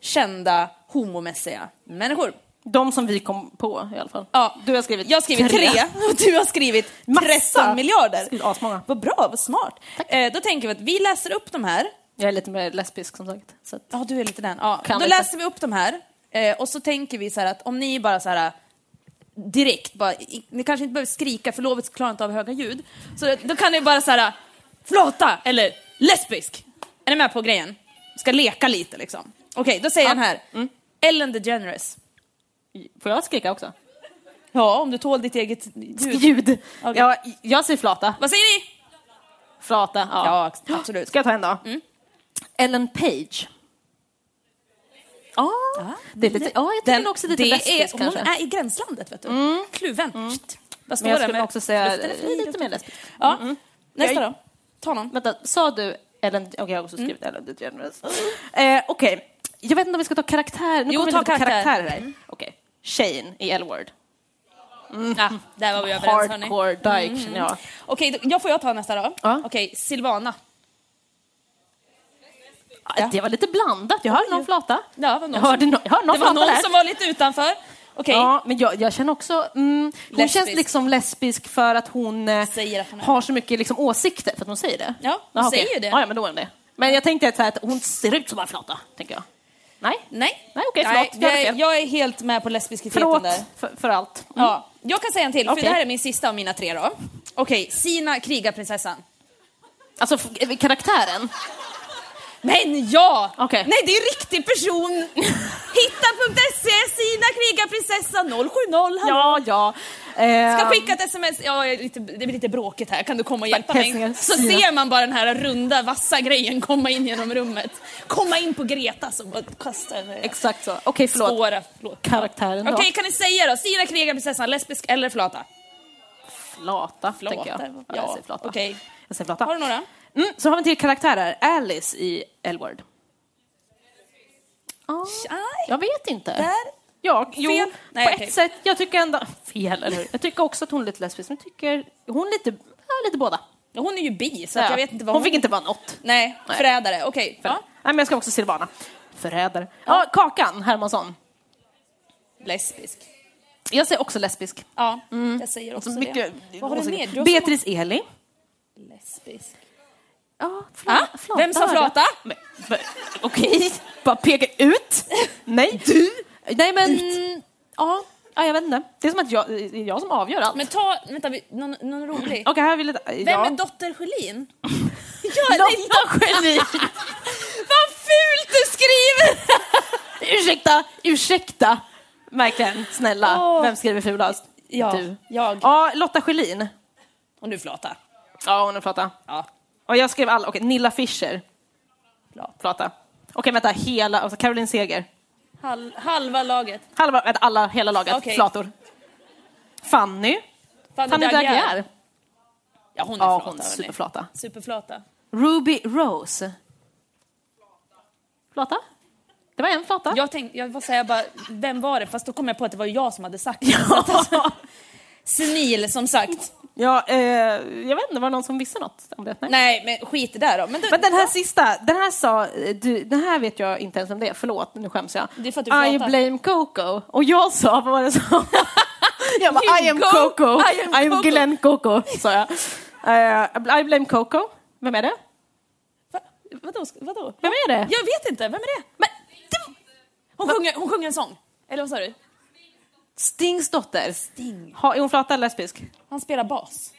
kända homomässiga människor. De som vi kom på i alla fall. Ja, Du har skrivit jag har skrivit tre. och du har skrivit Massa. 13 miljarder. Skrivit asmånga. Vad bra, vad smart. Eh, då tänker vi att vi läser upp de här. Jag är lite mer lesbisk som sagt. Så att, Ja, du är lite den. Ja. Då Kan lite. läser vi upp de här eh, och så tänker vi så här att om ni bara så här eh, direkt, bara, i- ni kanske inte behöver skrika för lovet klarar inte av höga ljud. Så då kan ni bara så här flata eller lesbisk. Är ni med på grejen? Ska leka lite liksom. Okej, då säger den här. Ellen DeGeneres. får jag skrika också? Ja, om du tål ditt eget ljud. Ljud. Okej. Ja, jag säger flata. Vad säger ni? Flata, ja. Ja, absolut. Ska jag ta en då? Ellen Page. Ja, det är lite, ja, jag tycker den, också lite det lesbisk är, kanske. Hon är i gränslandet, vet du. Kluven. Shit. Vad står Men jag det skulle med? också säga Luften är fri, lite luften- mer lesbisk. Ja. Nästa Jag- då. Ta någon. Vänta, sa du Ellen... Okej, jag har också skrivit Ellen DeGeneres. Eh, Okej, jag vet inte om vi ska ta karaktär. Nu Jo, kommer vi ta in på karaktär. karaktärer här. Okej, Shane i L-word. Ah, där var vi överens, hörni. Hardcore dyke, känner jag. Okej, då- jag får jag ta nästa då? Ja. Okej, Silvana. Ja. Det var lite blandat. Jag hörde någon flata. Ja, det var någon jag hörde, som- no- jag hörde någon Det var flata någon där. som var lite utanför. Okej. Ja, men jag, jag känner också... Mm, hon Lesbisk. känns liksom lesbisk för att hon, eh, Säger att hon är. har så mycket liksom, åsikter. För att hon säger det. Ja, hon Jaha, okej. säger ju det. Ja, ja, men då är hon det. Men jag tänkte att, så här, att hon ser ut som en flata, tänker jag. Nej? Nej. Nej, okej, förlåt. Jag jag, hade är- fel. jag är helt med på lesbiskiteten Förlåt där. för, för allt. Mm. Ja. Jag kan säga en till, för Okej. det här är min sista av mina tre då. Okej, Sina krigarprinsessan. Alltså f- karaktären? Men ja! Okej. Nej, det är en riktig person! Hitta.se, E, Sina krigarprinsessan 070, hallå! Ja, ja. Eh, Ska skicka ett sms, ja, jag är lite, det blir lite bråkigt här, kan du komma och hjälpa Hälsningar, mig? Så Sina. ser man bara den här runda, vassa grejen komma in genom rummet. Komma in på Greta som bara kastar den där Exakt så. Okej, förlåt. spåra. Förlåt. Karaktären då? Okej, kan ni säga då? Sina krigarprinsessan, lesbisk eller flata? Flata, tänker jag. Flata, jag ja, säger flata. okej. Jag säger flata. Har du några? Mm, så har vi en till karaktär här. Alice i L-word. Ja, Nej. jag vet inte. Ah. Där. Ja, jo, Fel. Nej, på okej. ett sätt. Jag tycker ändå... Fel, eller hur? Jag tycker också att hon är lite lesbisk, men jag tycker... Hon är lite, ja, lite båda. Ja, Hon är ju bi, så att Ja. jag vet inte vad hon fick inte vara något. Nej, Nej. förrädare. Okej. Nej, men jag ska också Silvana. Förrädare. Ja, Kakan Hermansson. Lesbisk. Jag säger också lesbisk. Ja, jag säger också Mm. Mycket, det. Vad har du mer? Du har Beatrice Eli. så- Lesbisk. Ja, Ah, vem sa flata? Okej, bara peka ut. Nej. Du? Nej men, ja, ja, jag vet inte. Det är som att jag, det är jag som avgör allt. Men ta, vänta, vi- någon, någon rolig. Okej, här vill jag... Vem ja. är dotter Sjölin? ja, det är Lotta Schelin! Vad fult du skriver! ursäkta, ursäkta! Verkligen, snälla. Åh. Vem skriver fulast? Ja, du. jag. Ja, Lotta Schelin. Och nu flata. Ja, hon är flata. Ja. Och jag skrev alla, okej, Nilla Fischer. Flata. Okej, vänta, hela, alltså Caroline Seger. Hal, halva laget. Halva, vänta, alla, hela laget, Okej. flator. Fanny. Fanny, Fanny Dagier. Ja, hon är Ja, flata. hon hörni. är superflata. Superflata. Ruby Rose. Flata? Det var en flata. Jag tänkte, jag var säga bara, vem var det? Fast då kom jag på att det var jag som hade sagt det. Senil, som sagt. Ja, eh, jag vet inte, var det någon som visste något om det? Nej. Nej, men skit i det då. Men, då, Men den här sista, den här sa eh, du, den här vet jag inte ens om det är, förlåt nu skäms jag. Det är för att du I pratar. blame Coco. Och jag sa, vad var det som? jag bara, I am Go- Coco, I am Coco. Glenn Coco, sa jag. Eh, I blame Coco, vem är det? Va, vadå, vadå? Vem är det? Jag vet inte, vem är det? Men, det hon, sjunger, hon sjunger en sång. Eller vad sa du? Stings dotter. Sting. Ha, är hon flata eller lesbisk? Han spelar bas.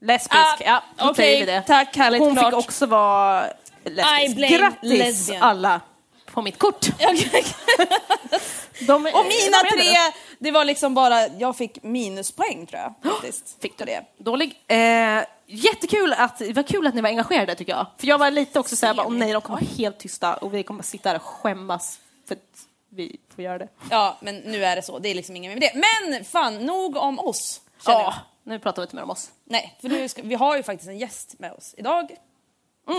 Lesbisk, Ah, ja. då okej, säger vi det. tack, härligt, Hon klart. fick också vara I lesbisk. blame Grattis lesbian. alla på mitt kort. De är- Och de mina är det. tre, det var liksom bara, jag fick minuspoäng tror jag. Faktiskt. Fick du det? Dålig. Eh, jättekul att, det var kul att ni var engagerade tycker jag. För jag var lite också såhär, bara, oh, nej de kommer vara helt tysta och vi kommer bara sitta här och skämmas för att vi får göra det. Ja, men nu är det så. Det är liksom ingen med det. Men fan, nog om oss. känner Ja, jag. nu pratar vi inte mer om oss. Nej, för nu ska, vi har ju faktiskt en gäst med oss idag.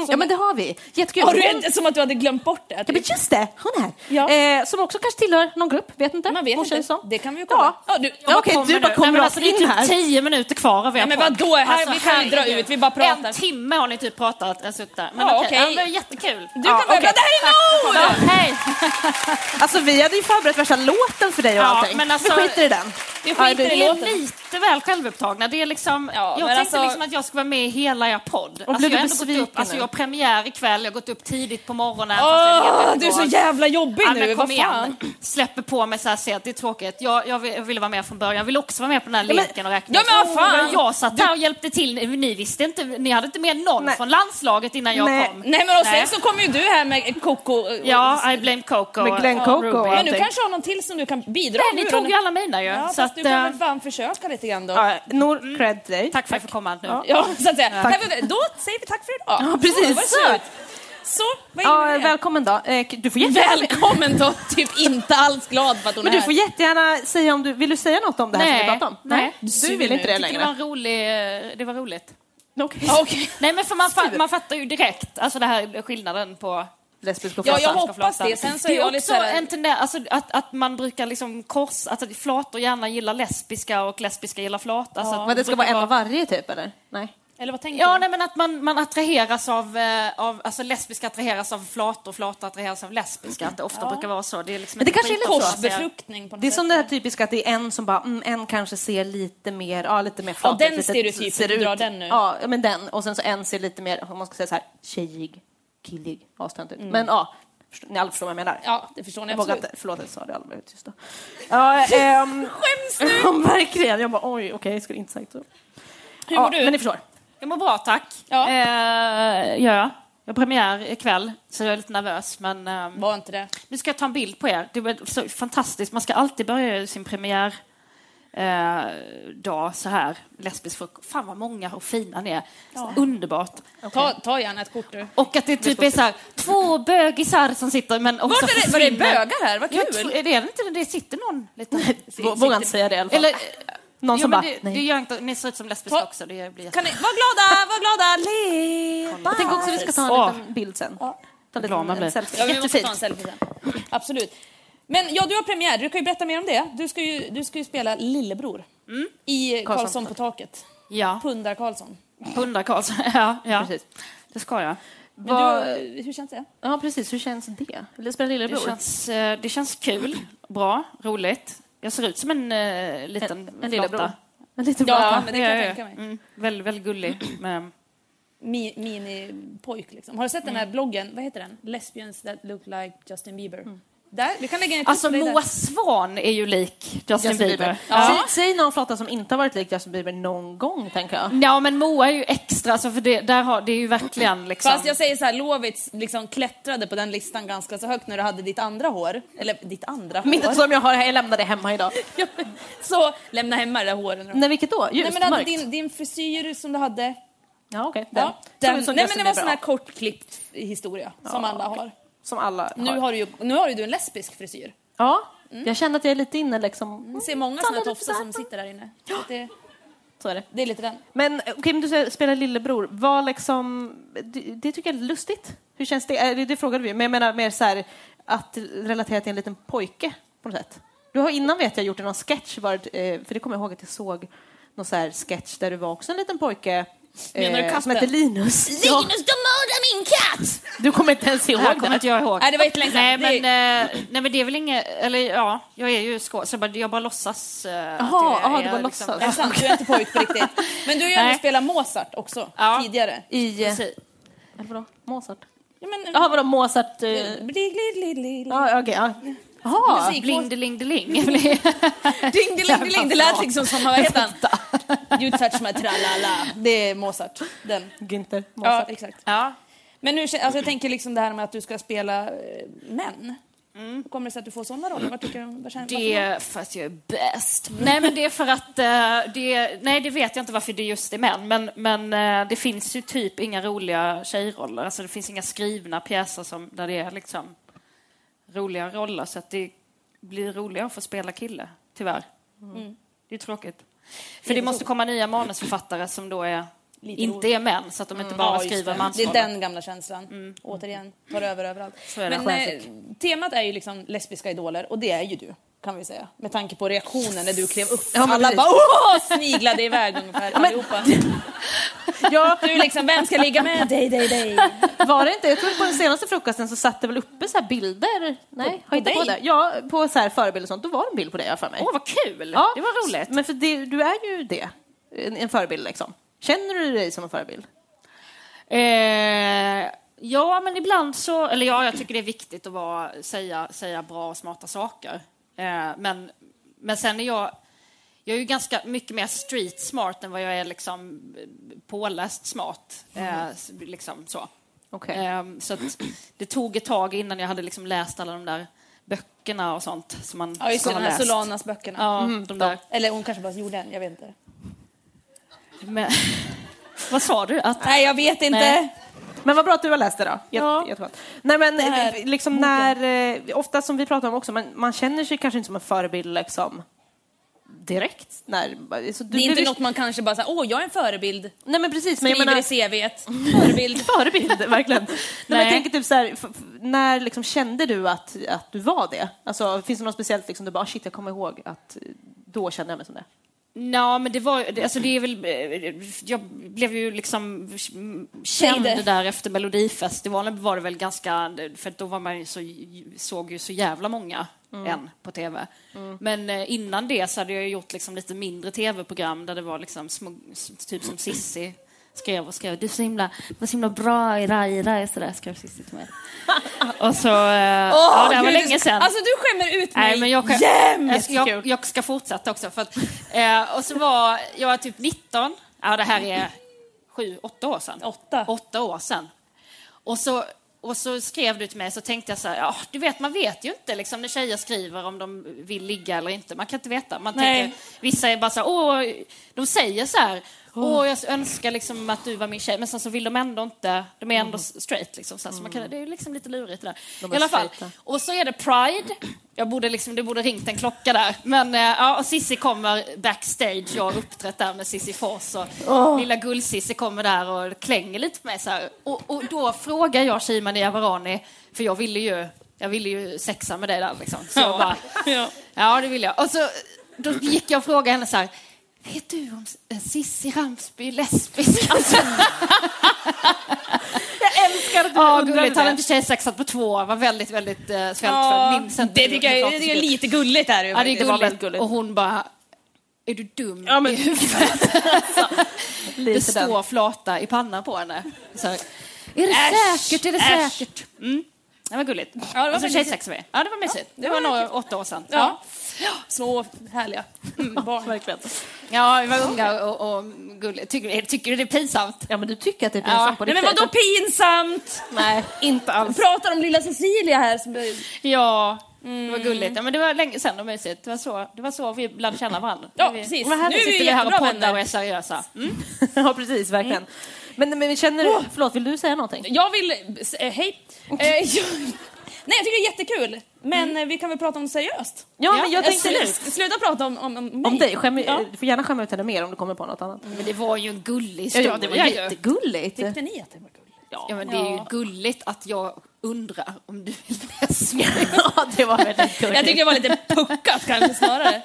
ja men det har vi, jättekul. Mm, Har du en, som att du hade glömt bort det. Ja men typ. just det, hon här. Ja. Eh, som också kanske tillhör någon grupp, vet inte. Man vet Hon känns inte. som. Det kan vi ju kolla. Ja. Ja, du, Ja, Okej, du bara kommer Nej, men rakt alltså, det är in här. typ tio minuter kvar av er Nej, men podd. Alltså, vadå? Här- vi kan ju dra herregud. ut, vi bara pratar. En timme har ni typ pratat. Alltså, där. men Ja, okej, okej. ja, det var jättekul. Du kan börja. okej. Det här är Nour! Ja, hej! Alltså vi hade ju förberett värsta låten för dig och Ja, allting. men alltså- vi skiter i den. Vi Ja, det- skiter i Ni är låten. lite väl självupptagna. Det är liksom, Ja, jag men tänkte alltså- liksom att jag skulle vara med i hela er podd. blir Alltså, du jag, har ändå gått besviken upp, alltså, nu? jag har premiär ikväll, jag har gått upp tidigt på morgonen. fast jag vet Åh, att du är så jag- jävla jobbig Ja, nu, men kom vad fan. igen. Släpper på mig så här sent, det är tråkigt. Jag, jag, vill, jag ville vara med från början, jag vill också vara med på den här men- leken och räkna Ja, men vad fan! ut. Jag satt där och hjälpte till, ni visste inte, ni hade inte med någon Nej. från landslaget innan jag Nej. kom. Nej men och sen Nej. så kommer ju du här med Coco. och- Ja, I blame Coco. Med Glenn Ja, Coco. Ruby. Ja, Men Men du någonting. kanske har någon till som du kan bidra ni med tog ju alla mina ju. Ja, så fast att, du kan eh, väl fan försöka lite grann då. Ja, Nor, cred till dig. Tack för att jag fick komma nu. Ja, så att säga. Nej, men då säger vi tack för idag. Ja, Så, precis. var det slut. Så, vad Ja, är det? välkommen då. Eh, Du får jättegärna... Välkommen då, typ inte alls glad för att hon Men är du får jättegärna säga om du... Vill du säga något om det här som vi pratade om? nej. Du vill inte det Jag tyckte det var längre? en rolig, det var roligt. Okej. här. Okej. Nej men för man, fa- man fattar ju direkt, alltså det här är skillnaden på Lesbisk och Ja, jag flata. hoppas det. Sen så är det är jag lite också så här- en tendens, alltså, att, att man brukar liksom kors, alltså, att flator gärna gillar lesbiska och lesbiska gillar flata. Alltså, Men att det man ska vara brukar en av varje typ, eller? Nej. Eller vad tänker Ja, du? nej, men att man, man attraheras av, eh, av, alltså lesbiska attraheras av flator, flata attraheras av lesbiska. Att det ofta brukar vara så. Det är liksom Men det inte kanske är lite skitbra, så. alltså. Korsbefruktning på något Det är sätt. som det här typiska att det är en som bara, mm, en kanske ser lite mer, ja lite mer flat Ja, den ut, lite stereotypen, ser dra den nu. Ja, men den. Och sen så en ser lite mer, om man ska säga så här, tjejig, killig, astöntig ut. Men ja, förstår- ni alla förstår vad jag menar. Mm. Ja, det förstår ni Jag vågar absolut. inte, förlåt jag sa det, alla blev tysta. Ja, ehm, Skäms Ja, verkligen. Jag bara, oj, okej, jag skulle inte sagt så. Hur Ja, mår du? Men ni förstår. Jag mår bra, tack. Ja. Eh, gör jag. Jag har premiär ikväll, så jag är lite nervös. Men, ehm, Var inte det. Nu ska jag ta en bild på er. Det var så fantastiskt. Man ska alltid börja sin premiär eh, dag så här. Lesbisk folk. Fan vad många och fina ni är. Underbart. Ta, ta gärna ett kort du. Och att det typ är så här, två bögisar som sitter men också Varför är det- var det försvinner. bögar här? Vad Jag kul. tror- är det inte det? Det sitter någon lite... Vå- Vågar inte säga det i alla fall. Eller, Någon jo, som men bara, det, nej. Det gör inte, ni ser ut som lesbiska Ta- också. Det blir Kan ni, var glada, var glada, le! Jag tänker också att vi ska ta en liten bild sen. Ta en glad liten man blir. en selfie. Ja, vi måste ta en Jättefint. selfie sen. Absolut. Men ja, du har premiär. Du kan ju berätta mer om det. Du ska ju, du ska ju spela lillebror i Mm. Karlsson Karlsson på på taket. Ja, Pundar Karlsson. hundar Karlsson. Ja, ja. Precis. Det ska jag. Men du, hur känns det? Ja, precis. Hur känns det? Eller spela lillebror? Det känns, eh, det känns kul. bra, roligt. Jag ser ut som en eh, liten En- en lillebror. flotta. En liten Ja, ja. men det kan jag tänka mig. Mm, väldigt, väldigt gullig. Men, Mi, Minipojk liksom. Har du sett den Mm. här bloggen? Vad heter den? Lesbians that look like Justin Bieber. Mm. Där, vi kan lägga en alltså på dig där. Moa Svan är ju lik Justin, Bieber. Säg, säg någon flotta som inte har varit lik Justin Bieber någon gång, tänker jag. Ja, men Moa är ju extra, alltså, för det, där har, det är ju verkligen liksom... Fast jag säger så här, Lovits liksom klättrade på den listan ganska så högt när du hade ditt andra hår. Eller ditt andra Men hår. inte som jag har, jag lämnade hemma idag. Så lämna hemma det där håret nu. Nej, vilket då? Ljust, Nej men hade mörkt? din, din frisyr som du hade. Ja, okej. Den. Ja, den, Som- som nej men Justin det var Bieber sån här har. kortklippt historia som alla har. Som alla Nu har, du ju, nu har ju du en lesbisk frisyr. Ja, jag känner att jag är lite inne liksom. Mm. Jag ser många såna tofsar som sitter där inne. Så Det, Så är det. det är lite den. Men eh, okej, men du säger spela lillebror. Var liksom, det, det tycker jag är lustigt. Hur känns det? Eh, Det, det frågade vi men jag menar mer så här att relatera till en liten pojke på något sätt. Du har innan vet jag gjort någon sketch, varit, eh, för det kommer jag ihåg att jag såg någon så här sketch där du var också en liten pojke. eh, Menar du katten? som hette Linus. Linus, ja, ska mörda min katt! du kommer inte ens Det här ihåg kommer det. inte jag ihåg. Nej, det var jättelänge nej, sedan. men, eh, nej, men det är väl inget... Eller ja, jag är ju skådis. Jag bara låtsas. eh, Jaha, aha, du bara liksom- Det är låtsas. sant, du är inte pojk på riktigt. Men du har ju Nej. ändå spelat Mozart också, Ja. tidigare. I, eh, Precis. eller vadå, Mozart? Ja, men, Jaha, vadå Mozart? eh, Bli- li- li- li- li- Ja, okej. ja. Jaha. Musik- Bling-deling-deling. Ding, deling, deling. Det lät liksom som, vad heter han? You touch my tralala. Det är Mozart. Den. Günther Ja, Mozart. exakt. ja. Men nu, alltså, jag tänker liksom det här med att du ska spela eh, män. Hur kommer det sig att du får sådana roller? Vad tycker du? Vad känner, Det varför är för att jag är bäst. Nej, men det är för att... eh, det, nej, det vet jag inte varför det just är män. Men, men eh, det finns ju typ inga roliga tjejroller. Alltså, det finns inga skrivna pjäser som, där det är liksom roliga roller. Så att det blir roligare att få spela kille, tyvärr. Det är tråkigt. För Mm. det måste komma nya manusförfattare som då är, inte är män, så att de inte bara Mm. Ja, just skriver det. mansroller. Det är den gamla känslan. Återigen, tar över överallt. är det. Men eh, temat är ju liksom lesbiska idoler och det är ju du. Kan vi säga. Med tanke på reaktionen när du klev upp. men Alla precis. bara åh, sniglade iväg ungefär allihopa. Ja, Du liksom, vem ska ligga med dig, dig, dig? Var det inte? Jag tror på den senaste frukosten så satt det väl uppe så här bilder. Nej, har inte dig? på det. Ja, på så här förebilder och sånt. Då var det en bild på dig jag har för mig. Åh, vad kul! ja, Det var roligt. Men för det, du är ju det. En, en förebild liksom. Känner du dig som en förebild? Eh, ja, men ibland så... Eller ja, jag tycker det är viktigt att vara, säga, säga bra och smarta saker. Eh, men, men sen är jag... Jag är ju ganska mycket mer street smart än vad jag är liksom eh, påläst smart. Eh, Mm. s- liksom så. Okej. Ehm, så att det tog ett tag innan jag hade liksom läst alla de där böckerna och sånt som man Ja, just det, ska ha de här läst. Solanas böckerna. Mm. Ja, Mm. de där. Eller hon kanske bara gjorde en, jag vet inte. Men, vad sa du? Att, Nej, jag vet inte. Nej. Men vad bra att du har läst det då. Jätte, Ja. Jätteskönt. Nej men här eh, liksom när, eh, ofta som vi pratar om också, man, man känner sig kanske inte som en förebild liksom direkt. När, så du, Det är inte du- något man kanske bara säger, åh, jag är en förebild. Nej men precis, men jag Skriver menar, i CVet. Förebild. förebild, verkligen. Nej. Men Nej. jag tänker typ så här, f- f- när liksom kände du att, att du var det? Alltså, finns det något speciellt liksom, du bara, "Ah, shit, jag kommer ihåg att eh, då kände jag mig som det? Ja, men det var det- alltså det är väl, eh, jag blev ju liksom känd Säg det. där efter Melodifestivalen var det väl ganska, för att då var man ju så, såg ju så jävla många Mm. än på TV. Men eh, innan det så hade jag ju gjort liksom lite mindre TV-program där det var liksom små, s- typ som Sissi skrev och skrev, du är så himla, var så himla bra i Raira, sådär skrev Sissi till mig. och så, eh, ja det här var Gud, länge sedan. Alltså, du skämmer ut mig. Nej, men jag, kan, jag, ska- jag, jag ska fortsätta också. För att, eh, och så var jag var typ 19. Ja, det här är sju, åtta år sedan. Åtta. åtta år sedan. Och så, och så skrev du till mig, så tänkte jag så här, ja, du vet, man vet ju inte liksom, när tjejer skriver om de vill ligga eller inte. Man kan inte veta. Man Nej. tänker, vissa är bara så här, åh, de säger så här, åh, jag önskar liksom att du var min tjej, men sen så vill de ändå inte, de är ändå straight liksom. Så, här, så man kan, det är liksom lite lurigt det där. De I är alla fall. straighta. Och så är det Pride. Jag borde liksom, det borde ringt en klocka där. Men eh, ja, och Sissi kommer backstage. Jag har uppträtt där med Sissi Fors och lilla gull-Sissi kommer där och klänger lite på mig så här. Och, och då frågar jag Shima Diavarani, för jag ville ju, jag ville ju sexa med dig där liksom. Så jag bara, ja. det vill jag. Och så då gick jag och frågade henne så här, vet du om eh, Sissi Ramsby är lesbisk? Alltså, Jag älskar älskar att du Ja, undrade gulligt. Han det. hade inte tjejsexat på två år. Var väldigt, väldigt eh, svältfödd. Minns inte det hur tycker jag klart är, det det är såg ut. lite gulligt här. Ja, det är Det var väldigt gulligt. gulligt. Och hon bara, är du dum Ja, men- i huvudet? Alltså, Lite det den. står flata i pannan på henne. Så, här, är det Äsch, säkert? Är det äsch. säkert? Mm. Det var gulligt. Ja, var det var och så väldigt- tjejsex med. Ja, det var mysigt. det, var, var nog åtta år sedan. Ja. Ja. Små, härliga mm, barn. Verkligen. Ja, vi var unga och, och gulliga. Tycker, tycker du det är pinsamt? Ja, men du tycker att det är pinsamt på Nej, men vadå pinsamt? Nej, inte alls. Pratar om lilla Cecilia här. Som... Ja, det var gulligt. Ja, men det var länge sedan och mysigt. Det var så, det var så vi ibland känner varandra. Ja, vi, precis. Men här Nu är vi sitter vi här och jättebra poddar vänner. och är seriösa. Mm. ja, precis, verkligen. Men, men vi känner... Oh. Förlåt, vill du säga någonting? Jag vill... Eh, hej. Eh, jag... Nej, jag tycker det är jättekul. Men eh, vi kan väl prata om det seriöst? Ja, men jag Eh, tänkte- slu- Sluta prata om, om, om mig. Om dig, eh, skäm, Ja. du får gärna skämma ut henne mer om du kommer på något annat. Men det var ju en gullig Ja, historia. ja det var ju. jättegulligt. Tyckte ni att det var gulligt? Ja, men det är ju gulligt att jag undrar om du vill läsa mer. Ja, det var väldigt gulligt. Jag tycker det var lite puckat kanske snarare.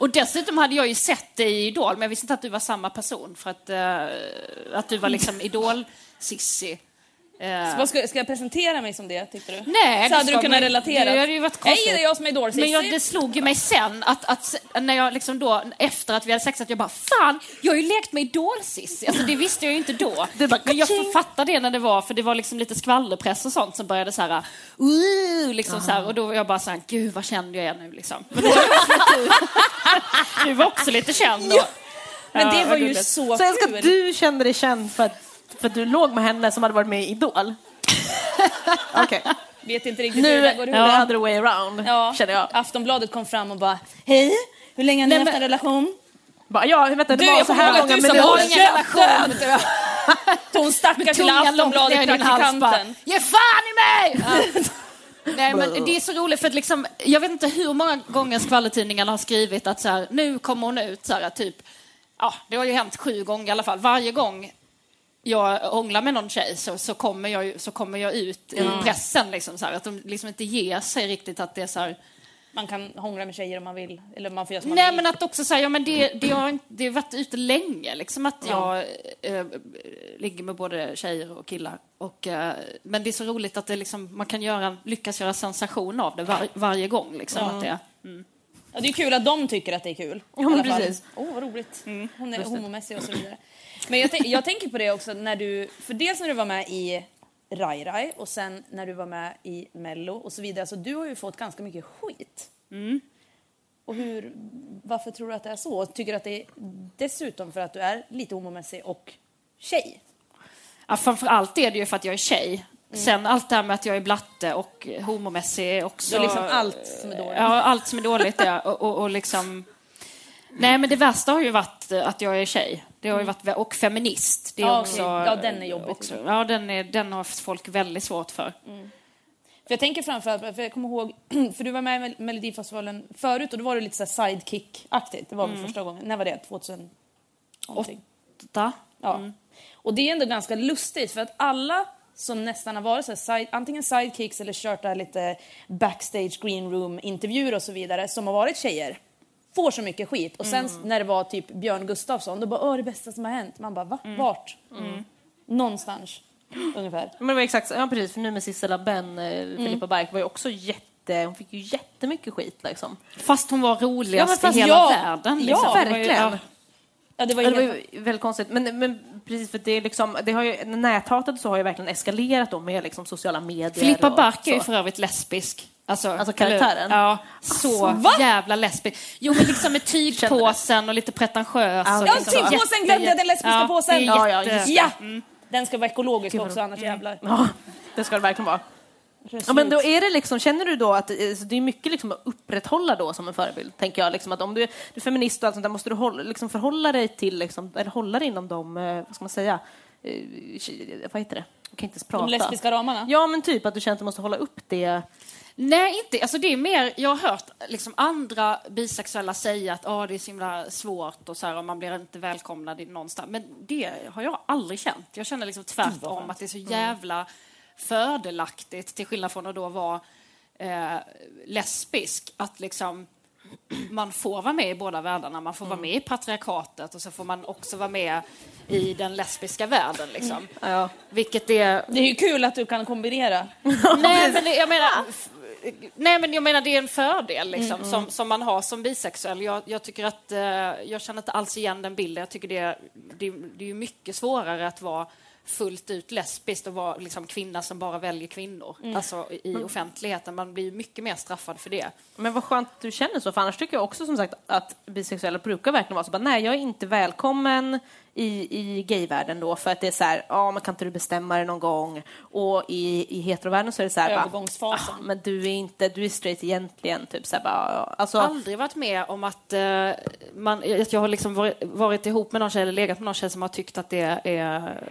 Och dessutom hade jag ju sett dig i Idol, men jag visste inte att du var samma person. För att, eh, att du var liksom Idol-Sissi. Eh, Vad ska, ska jag presentera mig som det, tyckte du? Nej, Så det hade du ska kunnat man- relatera. det hade ju varit Hej, konstigt. det är jag som är dålig Men jag, det slog ju mig sen, att, att se- när jag liksom då, efter att vi hade sexat, jag bara fan, jag har ju lekt med idol Cissi." Alltså det visste jag ju inte då. Du bara, men jag ka-ching. fattade det när det var, för det var liksom lite skvallerpress och sånt som började så här, uh, liksom så här, och då var jag bara så här, gud vad känd jag är nu liksom. Men då var jag- du var också lite känd då. Men det Ja, var ju gulligt. så, Så jag älskar kul. att du kände dig känd för att, för att du låg med henne som hade varit med i Idol. Okej, Vet inte riktigt hur nu det där är går det ihop. the other way around, Ja. känner jag. Aftonbladet kom fram och bara Hej, hur länge har ni Nej, haft men- en relation? Bara, ja, vänta, det Du, var jag så kommer ihåg här att många du sa jag har minuter. ingen relation. Hon stackars lilla tungan långt ner i din hals bara, Aftonbladet-praktikanten. ge fan i mig! Nej, men det är så roligt för att liksom, jag vet inte hur många gånger skvallertidningarna har skrivit att så här, nu kommer hon ut, så här, typ, ja, det har ju hänt sju gånger i alla fall, varje gång jag hånglar med någon tjej så, så, kommer, jag, ju- så kommer jag ut i pressen. Liksom, så här, att de liksom inte ger sig riktigt att det är så här, Man kan hångla med tjejer om man vill. Eller man får göra som man Nej, vill. men att också säga, ja men det, det, har, inte- det har varit ute länge, liksom att jag eh, ligger med både tjejer och killar. Och, eh, men det är så roligt att det liksom, man kan göra, lyckas göra sensation av det var, varje gång. Liksom, att det, Ja, det är kul att de tycker att det är kul. Ja, men I alla fall. precis. Mm, Åh, vad roligt. Hon är homomässig och så vidare. Men jag, tän- jag tänker på det också när du, för dels när du var med i Rai Rai och sen när du var med i Mello och så vidare. Så du har ju fått ganska mycket skit. Mm. Och hur, varför tror du att det är så? Tycker du att det är dessutom för att du är lite homomässig och tjej? ja, framför allt är det ju för att jag är tjej. Mm. Sen allt det här med att jag är blatte och homomässig är också... Så liksom allt som är dåligt. Ja, allt som är dåligt ja. och, och, och liksom... Nej, men det värsta har ju varit eh, att jag är tjej. Det har ju varit, vä- och feminist. Det är Mm. Ja, också, okej. Ja, den är jobbig. Mm. Också, ja, den, är, den har folk väldigt svårt för. För jag tänker framförallt, för jag kommer ihåg, för du var med i Mel- Melodifestivalen förut och då var du lite så här sidekick-aktigt. Det var väl första gången. När var det? 2000? Någonting. Da? Ja. Och det är ändå ganska lustigt för att alla som nästan har varit så här, side, antingen sidekicks eller kört där lite backstage green room intervjuer och så vidare som har varit tjejer får så mycket skit och sen när det var typ Björn Gustafsson då bara åh det bästa som har hänt. Man bara va? Vart? Någonstans ungefär. Men det var exakt så, ja precis, för nu med Sissela Ben, eh, Filippa Bark var ju också jätte, hon fick ju jättemycket skit liksom. Fast hon var roligast Ja, men fast i hela jag- världen. ja, liksom. Det var ju- verkligen. ja. Ja, det var Ja, ju Det var helt... ju väldigt konstigt. Men, men precis, för det är liksom, det har ju, näthatet så har ju verkligen eskalerat då med liksom sociala medier. Filippa och Bark är ju så. för övrigt lesbisk. Alltså, Alltså karaktären? eller- Ja, Alltså, så va? jävla lesbisk. Jo, men liksom med tygpåsen och lite pretentiös. Ja, och ja, liksom, tygpåsen jätte- glömde jag, den lesbiska ja, påsen. det är Ja, ja, jätte- just Ja! Den ska vara ekologisk också annars jävlar. Mm. Ja, det ska det verkligen vara. Ja, men då är det liksom, känner du då att eh, så det är mycket liksom att upprätthålla då som en förebild? Tänker jag. Liksom att om du är, du är feminist och allt sånt där, måste du hålla, liksom förhålla dig till, liksom, eller hålla dig inom de, eh, vad ska man säga, eh, tje- vad heter det? Jag kan inte ens prata. De lesbiska ramarna? Ja, men typ att du känner att du måste hålla upp det. Nej, inte. Alltså, det är mer, jag har hört liksom, andra bisexuella säga att ah, det är så himla svårt och, så här, och man blir inte välkomnad i- någonstans. Men det har jag aldrig känt. Jag känner liksom tvärtom, att det är så jävla fördelaktigt till skillnad från att då vara eh, lesbisk. Att liksom, man får vara med i båda världarna. Man får vara med i patriarkatet och så får man också vara med i den lesbiska världen. Liksom. Ja. Vilket är... Det är ju kul att du kan kombinera. Nej, men jag menar... Nej, men jag menar det är en fördel Mm, liksom, Som, som man har som bisexuell. Jag, jag tycker att eh, jag känner inte alls igen den bilden. Jag tycker det, det, det är ju mycket svårare att vara fullt ut lesbisk och vara liksom, kvinna som bara väljer kvinnor. Mm. Alltså i offentligheten. Man blir ju mycket mer straffad för det. Men vad skönt att du känner så, för annars tycker jag också som sagt att bisexuella brukar verkligen vara så bara, nej jag är inte välkommen i, i gayvärlden då för att det är så här, ja men kan inte du bestämma dig någon gång? Och i, i heterovärlden så är det så här, bara, Övergångsfasen. "Ah, men du är inte, du är straight egentligen, typ så här, bara, ja, alltså, aldrig varit med om att, eh, man, att jag har liksom varit, varit ihop med någon tjej eller legat med någon tjej som har tyckt att det är...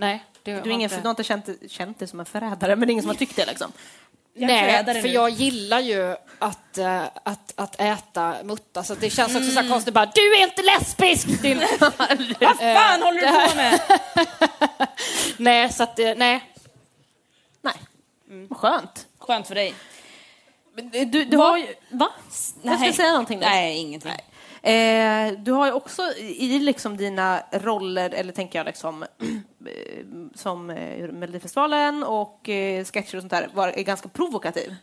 Nej. Det har du, är ingen, du har inte känt, känt dig som en förrädare, men det är ingen som har tyckt det liksom. Jag Nej, förrädare för nu. jag gillar ju att, eh, att, att äta mutta, så att det känns också så Mm. här konstigt bara du är inte lesbisk! Din... Vad fan håller du på med? nej, så att, eh, nej. Nej, vad skönt. Skönt för dig. Mm. Du, du har ju, va? Jag ska säga någonting där. Nej, ingenting. Eh, du har ju också i i liksom dina roller, eller tänker jag liksom eh, som eh, Melodifestivalen och eh, sketcher och sånt där, var är ganska provokativ.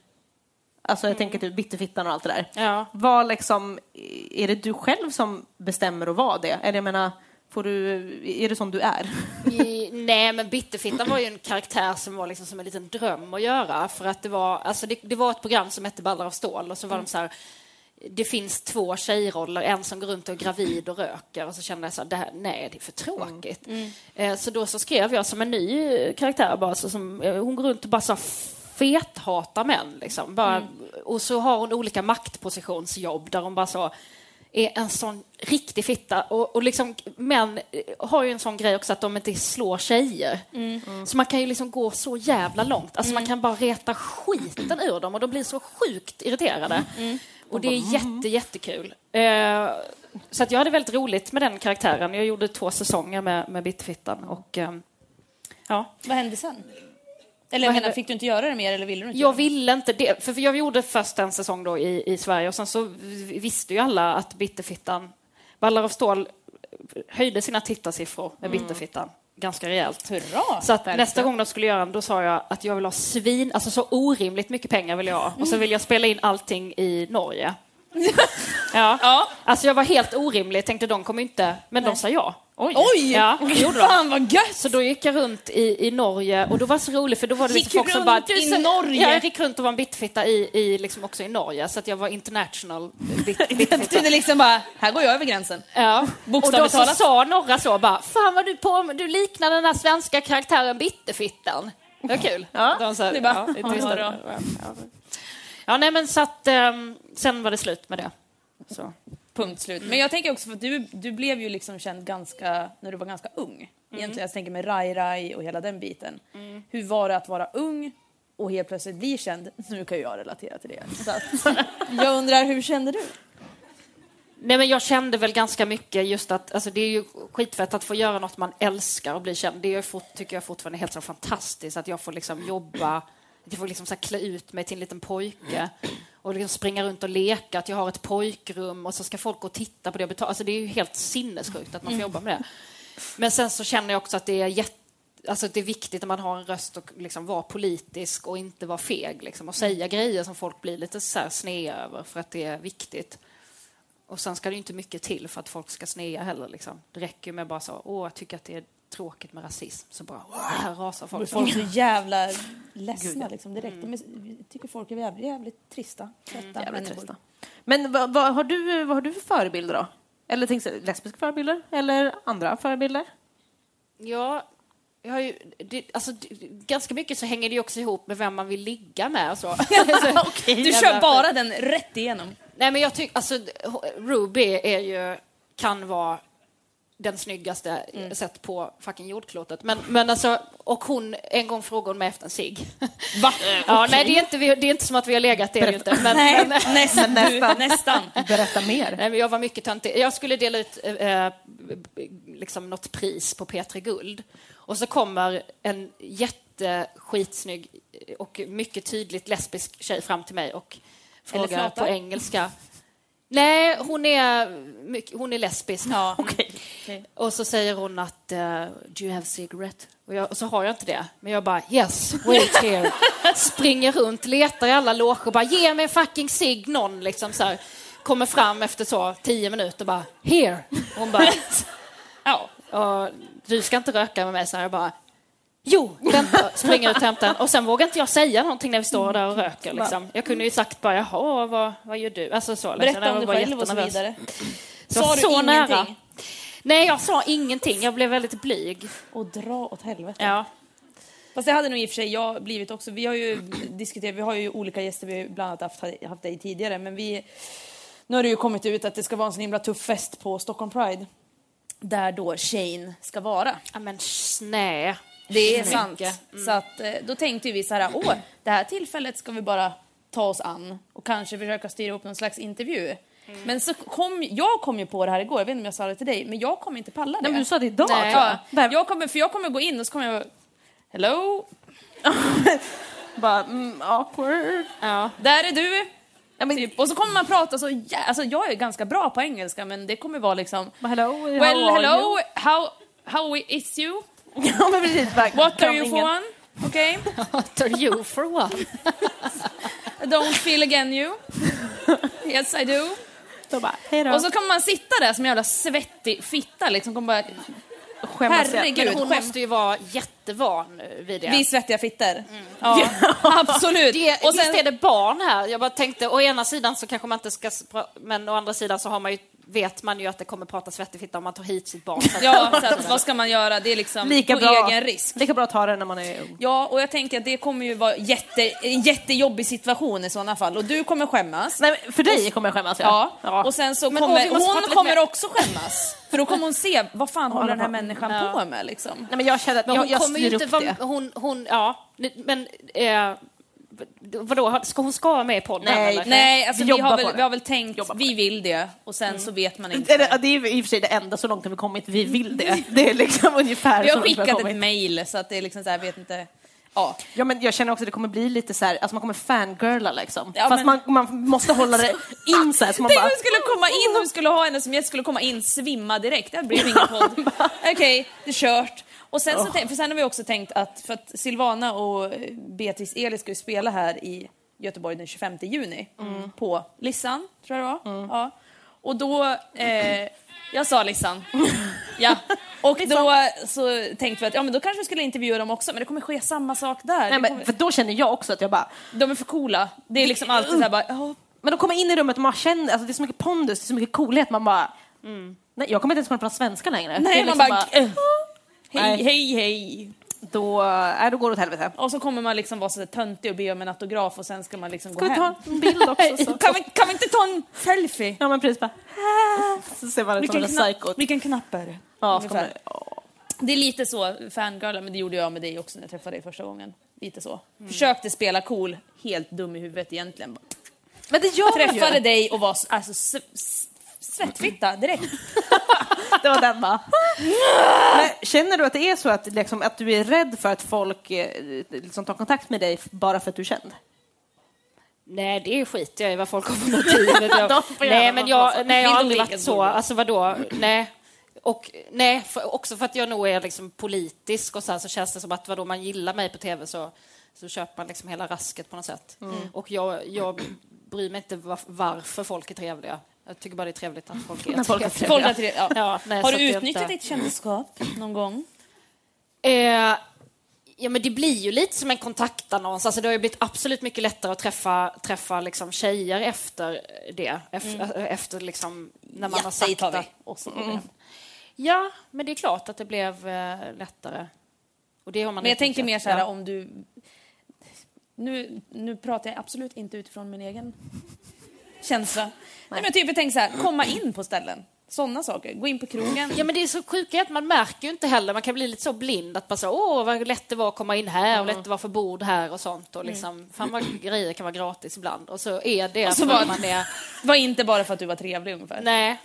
Alltså jag tänker typ Bitterfittan och allt det där. Ja. Var liksom, eh, är det du själv som bestämmer att vara det? Eller jag menar, får du, är det som du är? I, nej, men Bitterfittan var ju en karaktär som var liksom som en liten dröm att göra. För att det var, alltså det, det var ett program som hette Ballar av stål och så var de så här det finns två tjejroller, en som går runt och är gravid och röker och så kände jag så här, det här, nej det är för tråkigt. Eh, Så då så skrev jag som en ny eh, karaktär bara, så som, eh, hon går runt och bara så här, fethatar män liksom. Bara, Och så har hon olika maktpositionsjobb där hon bara så är en sån riktig fitta. Och, och liksom, män eh, har ju en sån grej också att de inte slår tjejer. Så man kan ju liksom gå så jävla långt. Alltså Man kan bara reta skiten ur dem och de blir så sjukt irriterade. Och det är jätte, jättekul. Eh, så att jag hade väldigt roligt med den karaktären. Jag gjorde två säsonger med, med Bitterfittan. Och, ehm, ja. Vad hände sen? Eller jag menar, fick du inte göra det mer eller ville du inte? Jag göra det? ville inte det. För för jag gjorde först en säsong då i, i Sverige och sen så visste ju alla att Bitterfittan, Ballar av stål höjde sina tittarsiffror med Bitterfittan ganska rejält. Hurra! Så att nästa gång de skulle göra den, då sa jag att jag vill ha svin, alltså så orimligt mycket pengar vill jag ha. Och så vill jag spela in allting i Norge. Ja. Alltså jag var helt orimlig, tänkte de kommer ju inte, men de sa ja. Oj! Oj! Ja, det gjorde de. Fan vad gött! Så då gick jag runt i, i Norge och då var det så roligt för då var det Gick liksom folk som runt bara... i "Tusen-" Norge? Ja, jag gick runt och var en bitfitta i, i, liksom också i Norge så att jag var international bit, Det bitfitta. betyder liksom bara, här går jag över gränsen. Ja. Och Bokstavligt då så talat. sa några så bara, fan vad du på du liknar den här svenska karaktären Bitterfittan. Det var kul. Ja. De sa, Det är bara, ja, det är "Ja, tyst. bra." Ja. ja, nej men så att ehm, sen var det slut med det. Så. Punkt slut. Men jag tänker också för att du, du blev ju liksom känd ganska, när du var ganska ung. Mm. Egentligen, jag tänker med Rai Rai och hela den biten. Hur var det att vara ung och helt plötsligt bli känd? Nu kan ju jag relatera till det. Så att, jag undrar, hur kände du? Nej, men jag kände väl ganska mycket just att alltså, det är ju skitfett att få göra något man älskar och bli känd. Det är ju fort, tycker jag fortfarande är helt så fantastiskt att jag får liksom jobba, att jag får liksom så här klä ut mig till en liten pojke och liksom springa runt och leka, att jag har ett pojkrum och så ska folk gå och titta på det och betala. Alltså, det är ju helt sinnessjukt att man får jobba med det. Men sen så känner jag också att det är jätte Alltså att det är viktigt när man har en röst att liksom vara politisk och inte vara feg liksom, och säga grejer som folk blir lite så här snea över för att det är viktigt. Och sen ska det ju inte mycket till för att folk ska snea heller. Liksom. Det räcker ju med bara så, åh, jag tycker att det är tråkigt med rasism. Så bara, "Åh, här rasar folk. Mm. Folk är så jävla ledsna liksom direkt. De är, jag tycker folk är jävligt, jävligt trista. Trötta Jävligt människor. trista. Men vad, vad, har du, vad har du för förebilder då? Eller tänk så här, lesbiska förebilder? Eller andra förebilder? Ja, jag har ju, det, alltså, det, ganska mycket så hänger det ju också ihop med vem man vill ligga med. och Så. Alltså, Du kör bara den rätt igenom. Nej, men jag tycker, alltså, Ruby är ju, kan vara den snyggaste Mm. eh, sett på fucking jordklotet. Men, men alltså, och hon, en gång frågade hon mig efter en cigg. Va? Ja, nej, det är, inte, vi- det är inte som att vi har legat, det är det ju inte. Men, Nej, men, nästan. nästan. nästan. Berätta mer. Nej, men jag var mycket töntig. Jag skulle dela ut eh, eh, liksom något pris på P3 Guld. Och så kommer en jätteskitsnygg och mycket tydligt lesbisk tjej fram till mig och Eller frågar flata. på engelska Nej, hon är, mycket- hon är lesbisk. Ja. Och så säger hon att eh, “Do you have cigarette?” och, jag, och så har jag inte det. Men jag bara “Yes, wait here”. Springer runt, letar i alla loger och bara “Ge mig en fucking cigg någon”. Liksom, så här. Kommer fram efter så tio minuter och bara “Here”. Och hon bara “Ja, och, du ska inte röka med mig”. Så här, jag bara Jo, vänta, springer ut och hämtar den. Och sen vågar inte jag säga någonting när vi står där och röker. Mm. Liksom. Jag kunde ju sagt bara, jaha, vad, vad gör du? Alltså, så, liksom. Berätta Jag om var dig bara själv och så jättenervös. vidare. Jag Sa var du så ingenting? nära. Nej, jag sa ingenting. Jag blev väldigt blyg. Och dra åt helvete. Ja. Fast det hade nog i och för sig jag blivit också. Vi har ju diskuterat, vi har ju olika gäster, vi har bland annat haft, haft dig tidigare, men vi... Nu har det ju kommit ut att det ska vara en så himla tuff fest på Stockholm Pride. Där då Shane ska vara. Ja, men snä. Det är sant. Mm. Så att, eh, då tänkte vi så här, åh, det här tillfället ska vi bara ta oss an och kanske försöka styra upp någon slags intervju. Mm. Men så kom, jag kom ju på det här igår, jag vet inte om jag sa det till dig, men jag kommer inte palla det. Nej, men du sa det idag, Nej, tror jag. ja. jag kommer, för jag kommer gå in och så kommer jag hello, Bara, mm, awkward. Ja. där är du. typ. Och så kommer man prata så, jä- alltså jag är ganska bra på engelska men det kommer vara liksom, Bara, hello, how well are hello, how, how is you? you? ja, men precis. Bara, What are kan you for ingen- one? Okay, What are you for what? I don't feel again you. Yes I do. Då bara, hej då. Och så kommer man sitta där som en jävla svettig fitta liksom. Kommer bara, skämmas jag. herregud. Men hon skämt. måste ju vara jättevan vid det. Vi är svettiga fittor. Mm. Ja, absolut. Det, och sen, Visst är det barn här? Jag bara tänkte, å ena sidan så kanske man inte ska... s- pra- Men å andra sidan så har man ju, vet man ju att det kommer prata svettig fitta om man tar hit sitt barn. Så att- ja, så att, vad ska man göra? Det är liksom Lika på bra, egen risk. lika bra att ta det när man är ung. Ja, och jag tänker att det kommer ju vara jätte, en jättejobbig situation i sådana fall. Och du kommer skämmas. Nej, men för dig kommer jag skämmas. Ja. och sen så Men åh, kommer vi måste prata hon lite kommer mer. också skämmas. För då kommer hon se, vad fan håller den här människan på med liksom? Nej, men jag känner att Men hon jag, jag kommer ju styr inte upp vara... det. Hon, hon, ja, men... Eh, vadå, ska hon ska vara med i podden? Nej. eller? Nej, alltså Vi vi, har jobbar på väl, det. vi har väl tänkt, Jobbar på vi vill det. Och sen så vet man Det inte. är, det- det är ju i och för sig det enda så långt har vi kommit, vi vill det. Det är liksom ungefär Mm. Vi så har långt skickat ett kommit. mail så att det är liksom så här, vet inte. Ja. Ja, men jag känner också att det kommer bli lite så här, alltså man kommer fangirla liksom. Ja, Fast men- man, man måste hålla det in så här. Så man Tänk bara, om vi skulle komma in, om vi skulle ha henne som gäst, skulle komma in svimma direkt. Det här blir ingen podd. Okej, det är kört. Och sen, så, tänk- för sen har vi också tänkt att, för att Silvana och Beatrice Eli ska ju spela här i Göteborg den 25 juni. Mm. På Lissan, tror jag det var. Ja. Och då, eh, jag sa Lissan. ja. Och då så tänkte vi att ja, men då kanske vi skulle intervjua dem också, men det kommer ske samma sak där. Nej, Det kommer, men, för då känner jag också att jag bara, de är för coola. Det är liksom alltid såhär bara, ja, men de kommer in i rummet och man känner, alltså det är så mycket pondus, det är så mycket coolhet, man bara, nej jag kommer inte ens kunna prata svenska längre. Det nej, är man liksom bara, eh, hej, hej, hej. då, nej, då går det åt helvete. Och så kommer man liksom vara så där töntig och be om en autograf och sen ska man liksom Ska gå vi ta hem. en bild också? Så. Kan vi, kan vi inte ta en selfie? Ja men precis bara, "Ah." så ser man ut som Vilken, en kna- psycho. vilken knapp är det? Ja, så Ungefär. kommer, Det är lite så fangirl, men det gjorde jag med dig också när jag träffade dig första gången. Lite så. Försökte spela cool, helt dum i huvudet egentligen. men det gör man Träffade ju. dig och var s- alltså, s- s- svettfitta direkt. Det var den va? Men känner du att det är så att, liksom, att du är rädd för att folk eh, liksom, tar kontakt med dig f- bara för att du är känd? Nej, det är skit jag i vad folk har för motiv. vet jag. De får göra nej, vad men de jag, nej, jag har Vill aldrig de leka varit så. bullar? Alltså vadå? Nej. Och, nej, för, också för att jag nog är liksom politisk och så, här, så känns det som att vadå, man gillar mig på tv så, så köper man liksom hela rasket på något sätt. Och jag, jag bryr mig inte var, varför folk är trevliga. Jag tycker bara det är trevligt att folk är, När folk är trevliga. Folk har tre- ja. Ja, nej, Har så att du det är utnyttjat inte- ditt kändisskap någon gång? Eh, ja, men det blir ju lite som en kontaktannons. Alltså, det har ju blivit absolut mycket lättare att träffa, träffa liksom, tjejer efter det. Efter, Mm. efter liksom, när man har dig sagt tar vi. att- Och så går vi hem. Ja, men det är klart att det blev eh, lättare. Och det har man Men jag utnyttjat. tänker mer så här Ja. om du... Nu, nu pratar jag absolut inte utifrån min egen känsla. Nej. men typ jag tänker så här, komma in på ställen. Sådana saker. Gå in på krogen. Ja, men det är så sjukt att man märker ju inte heller. Man kan bli lite så blind att bara så, åh, vad lätt det var att komma in här och lätt det var för bord här och sånt. Och Mm. liksom, Fan vad grejer kan vara gratis ibland. Och så är det så för bara- att man är... Var inte bara för att du var trevlig ungefär. Nej,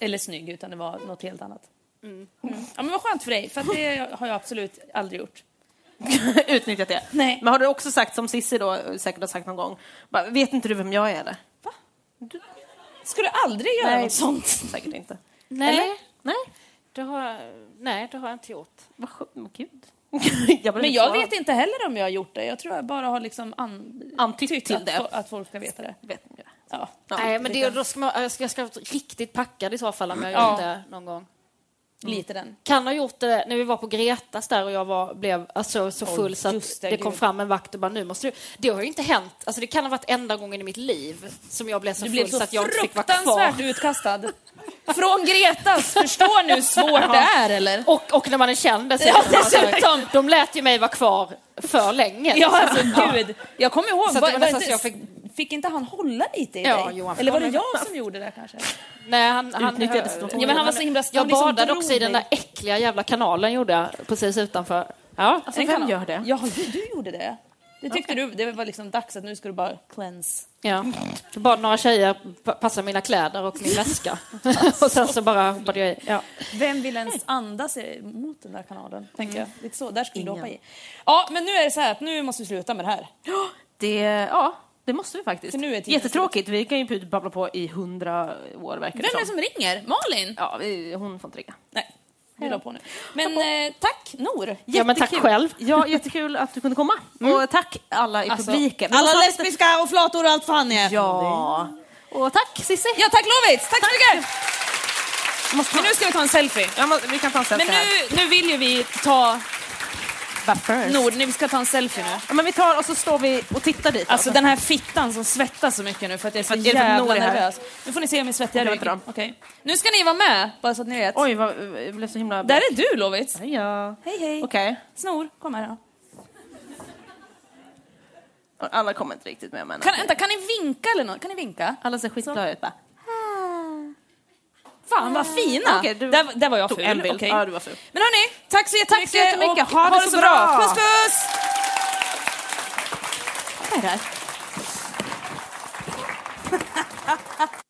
Eller snygg, utan det var något helt annat. Mm. Ja men vad skönt för dig, för att det har jag absolut aldrig gjort. Utnyttjat det? Nej. Men har du också sagt, som Cissi då eh, säkert har sagt någon gång, bara, vet inte du vem jag är eller? Va? Skulle aldrig göra Nej. något sånt. Säkert inte. Nej, Eller? Nej. det har, nej, det har jag inte gjort. Vad skönt. Men Gud. jag Men jag vet inte heller om jag har gjort det. Jag tror jag bara har liksom an... Antytt tyckt till att, det. fo- att folk ska veta det. Ja. nej, men det, då ska man, jag, ska, jag ska vara riktigt packad i så fall om jag har gjort det någon gång. Lite den. Kan ha gjort det när vi var på Gretas där och jag var, blev alltså, så full så att just det, det, kom gud. fram en vakt och bara nu måste du... Det har ju inte hänt. Alltså, det kan ha varit enda gången i mitt liv som jag blev så Du full blev så, att jag inte fick vara kvar. fruktansvärt utkastad. Från Gretas! Förstår nu hur svårt det är eller? Och, och när man är känd dessutom. Ja, dessutom. Alltså, de lät ju mig vara kvar för länge. Ja alltså gud. Jag kommer ihåg. Så att det var, var var nästan inte, så jag jag fick... fick inte han hålla lite i Ja, dig? Johan fick eller var det hålla jag som gjorde det kanske? Nej, han, han, Utnyttjade situationen. ja, men han var så himla... Han Jag liksom badade drog också i den där dig. äckliga jävla kanalen gjorde jag precis utanför. Ja. Alltså, Den vem kan- gör det? Ja, du, du gjorde det. Det tyckte du, det var liksom dags att nu ska du bara cleanse. Ja. Jag bad några tjejer pa- passa mina kläder och min väska. och sen så bara hoppade jag i. Ja. Vem vill ens andas i- mot den där kanalen? Tänker jag. Lite så, där skulle du hoppa i. Mm. Ja, men nu är det så här att nu måste vi sluta med det här. Det, ja, det måste vi faktiskt. För nu är tiden Jättetråkigt. Vi kan ju babbla på i hundra år verkar Vem är det som ringer? Malin? Ja, vi, hon får inte ringa. Nej, vi la på nu. Men eh, tack Nor. Ja, men tack själv. Ja, jättekul att du kunde komma. Mm. Och tack alla i publiken. Alltså, Alla Och- lesbiska och flator och allt fan är. Ja. Och tack Cissi. ja, tack Lovits! Tack så mycket! Men nu ska vi ta en selfie. Jag måste, vi kan ta en selfie Men nu, nu vill ju vi ta här. Nord, nu vi ska ta en selfie nu. Ja, men vi tar och så står vi och tittar dit. Alltså den här fittan som svettas så mycket nu för att jag är så För att Elfin jävla Nour är här. nervös. Nu får ni se om jag är svettig. Jag vet inte Okay, Nu ska ni vara med, bara så att ni vet. Oj, vad, jag blev så himla... Där är du Lovits. Ja. Hej hej. Okej. Snor, kom här då. Och Alla kommer inte riktigt med men... Kan, vänta, kan ni vinka eller något? Kan ni vinka? Alla ser skitglada ut bara. Fan vad fina! Okej, du där, där var jag tog ful. en bild. okej. Ja, du var ful. Men hörni, tack så jättemycket. jättemycket. och Ha det så bra. Puss puss! Vad är det här?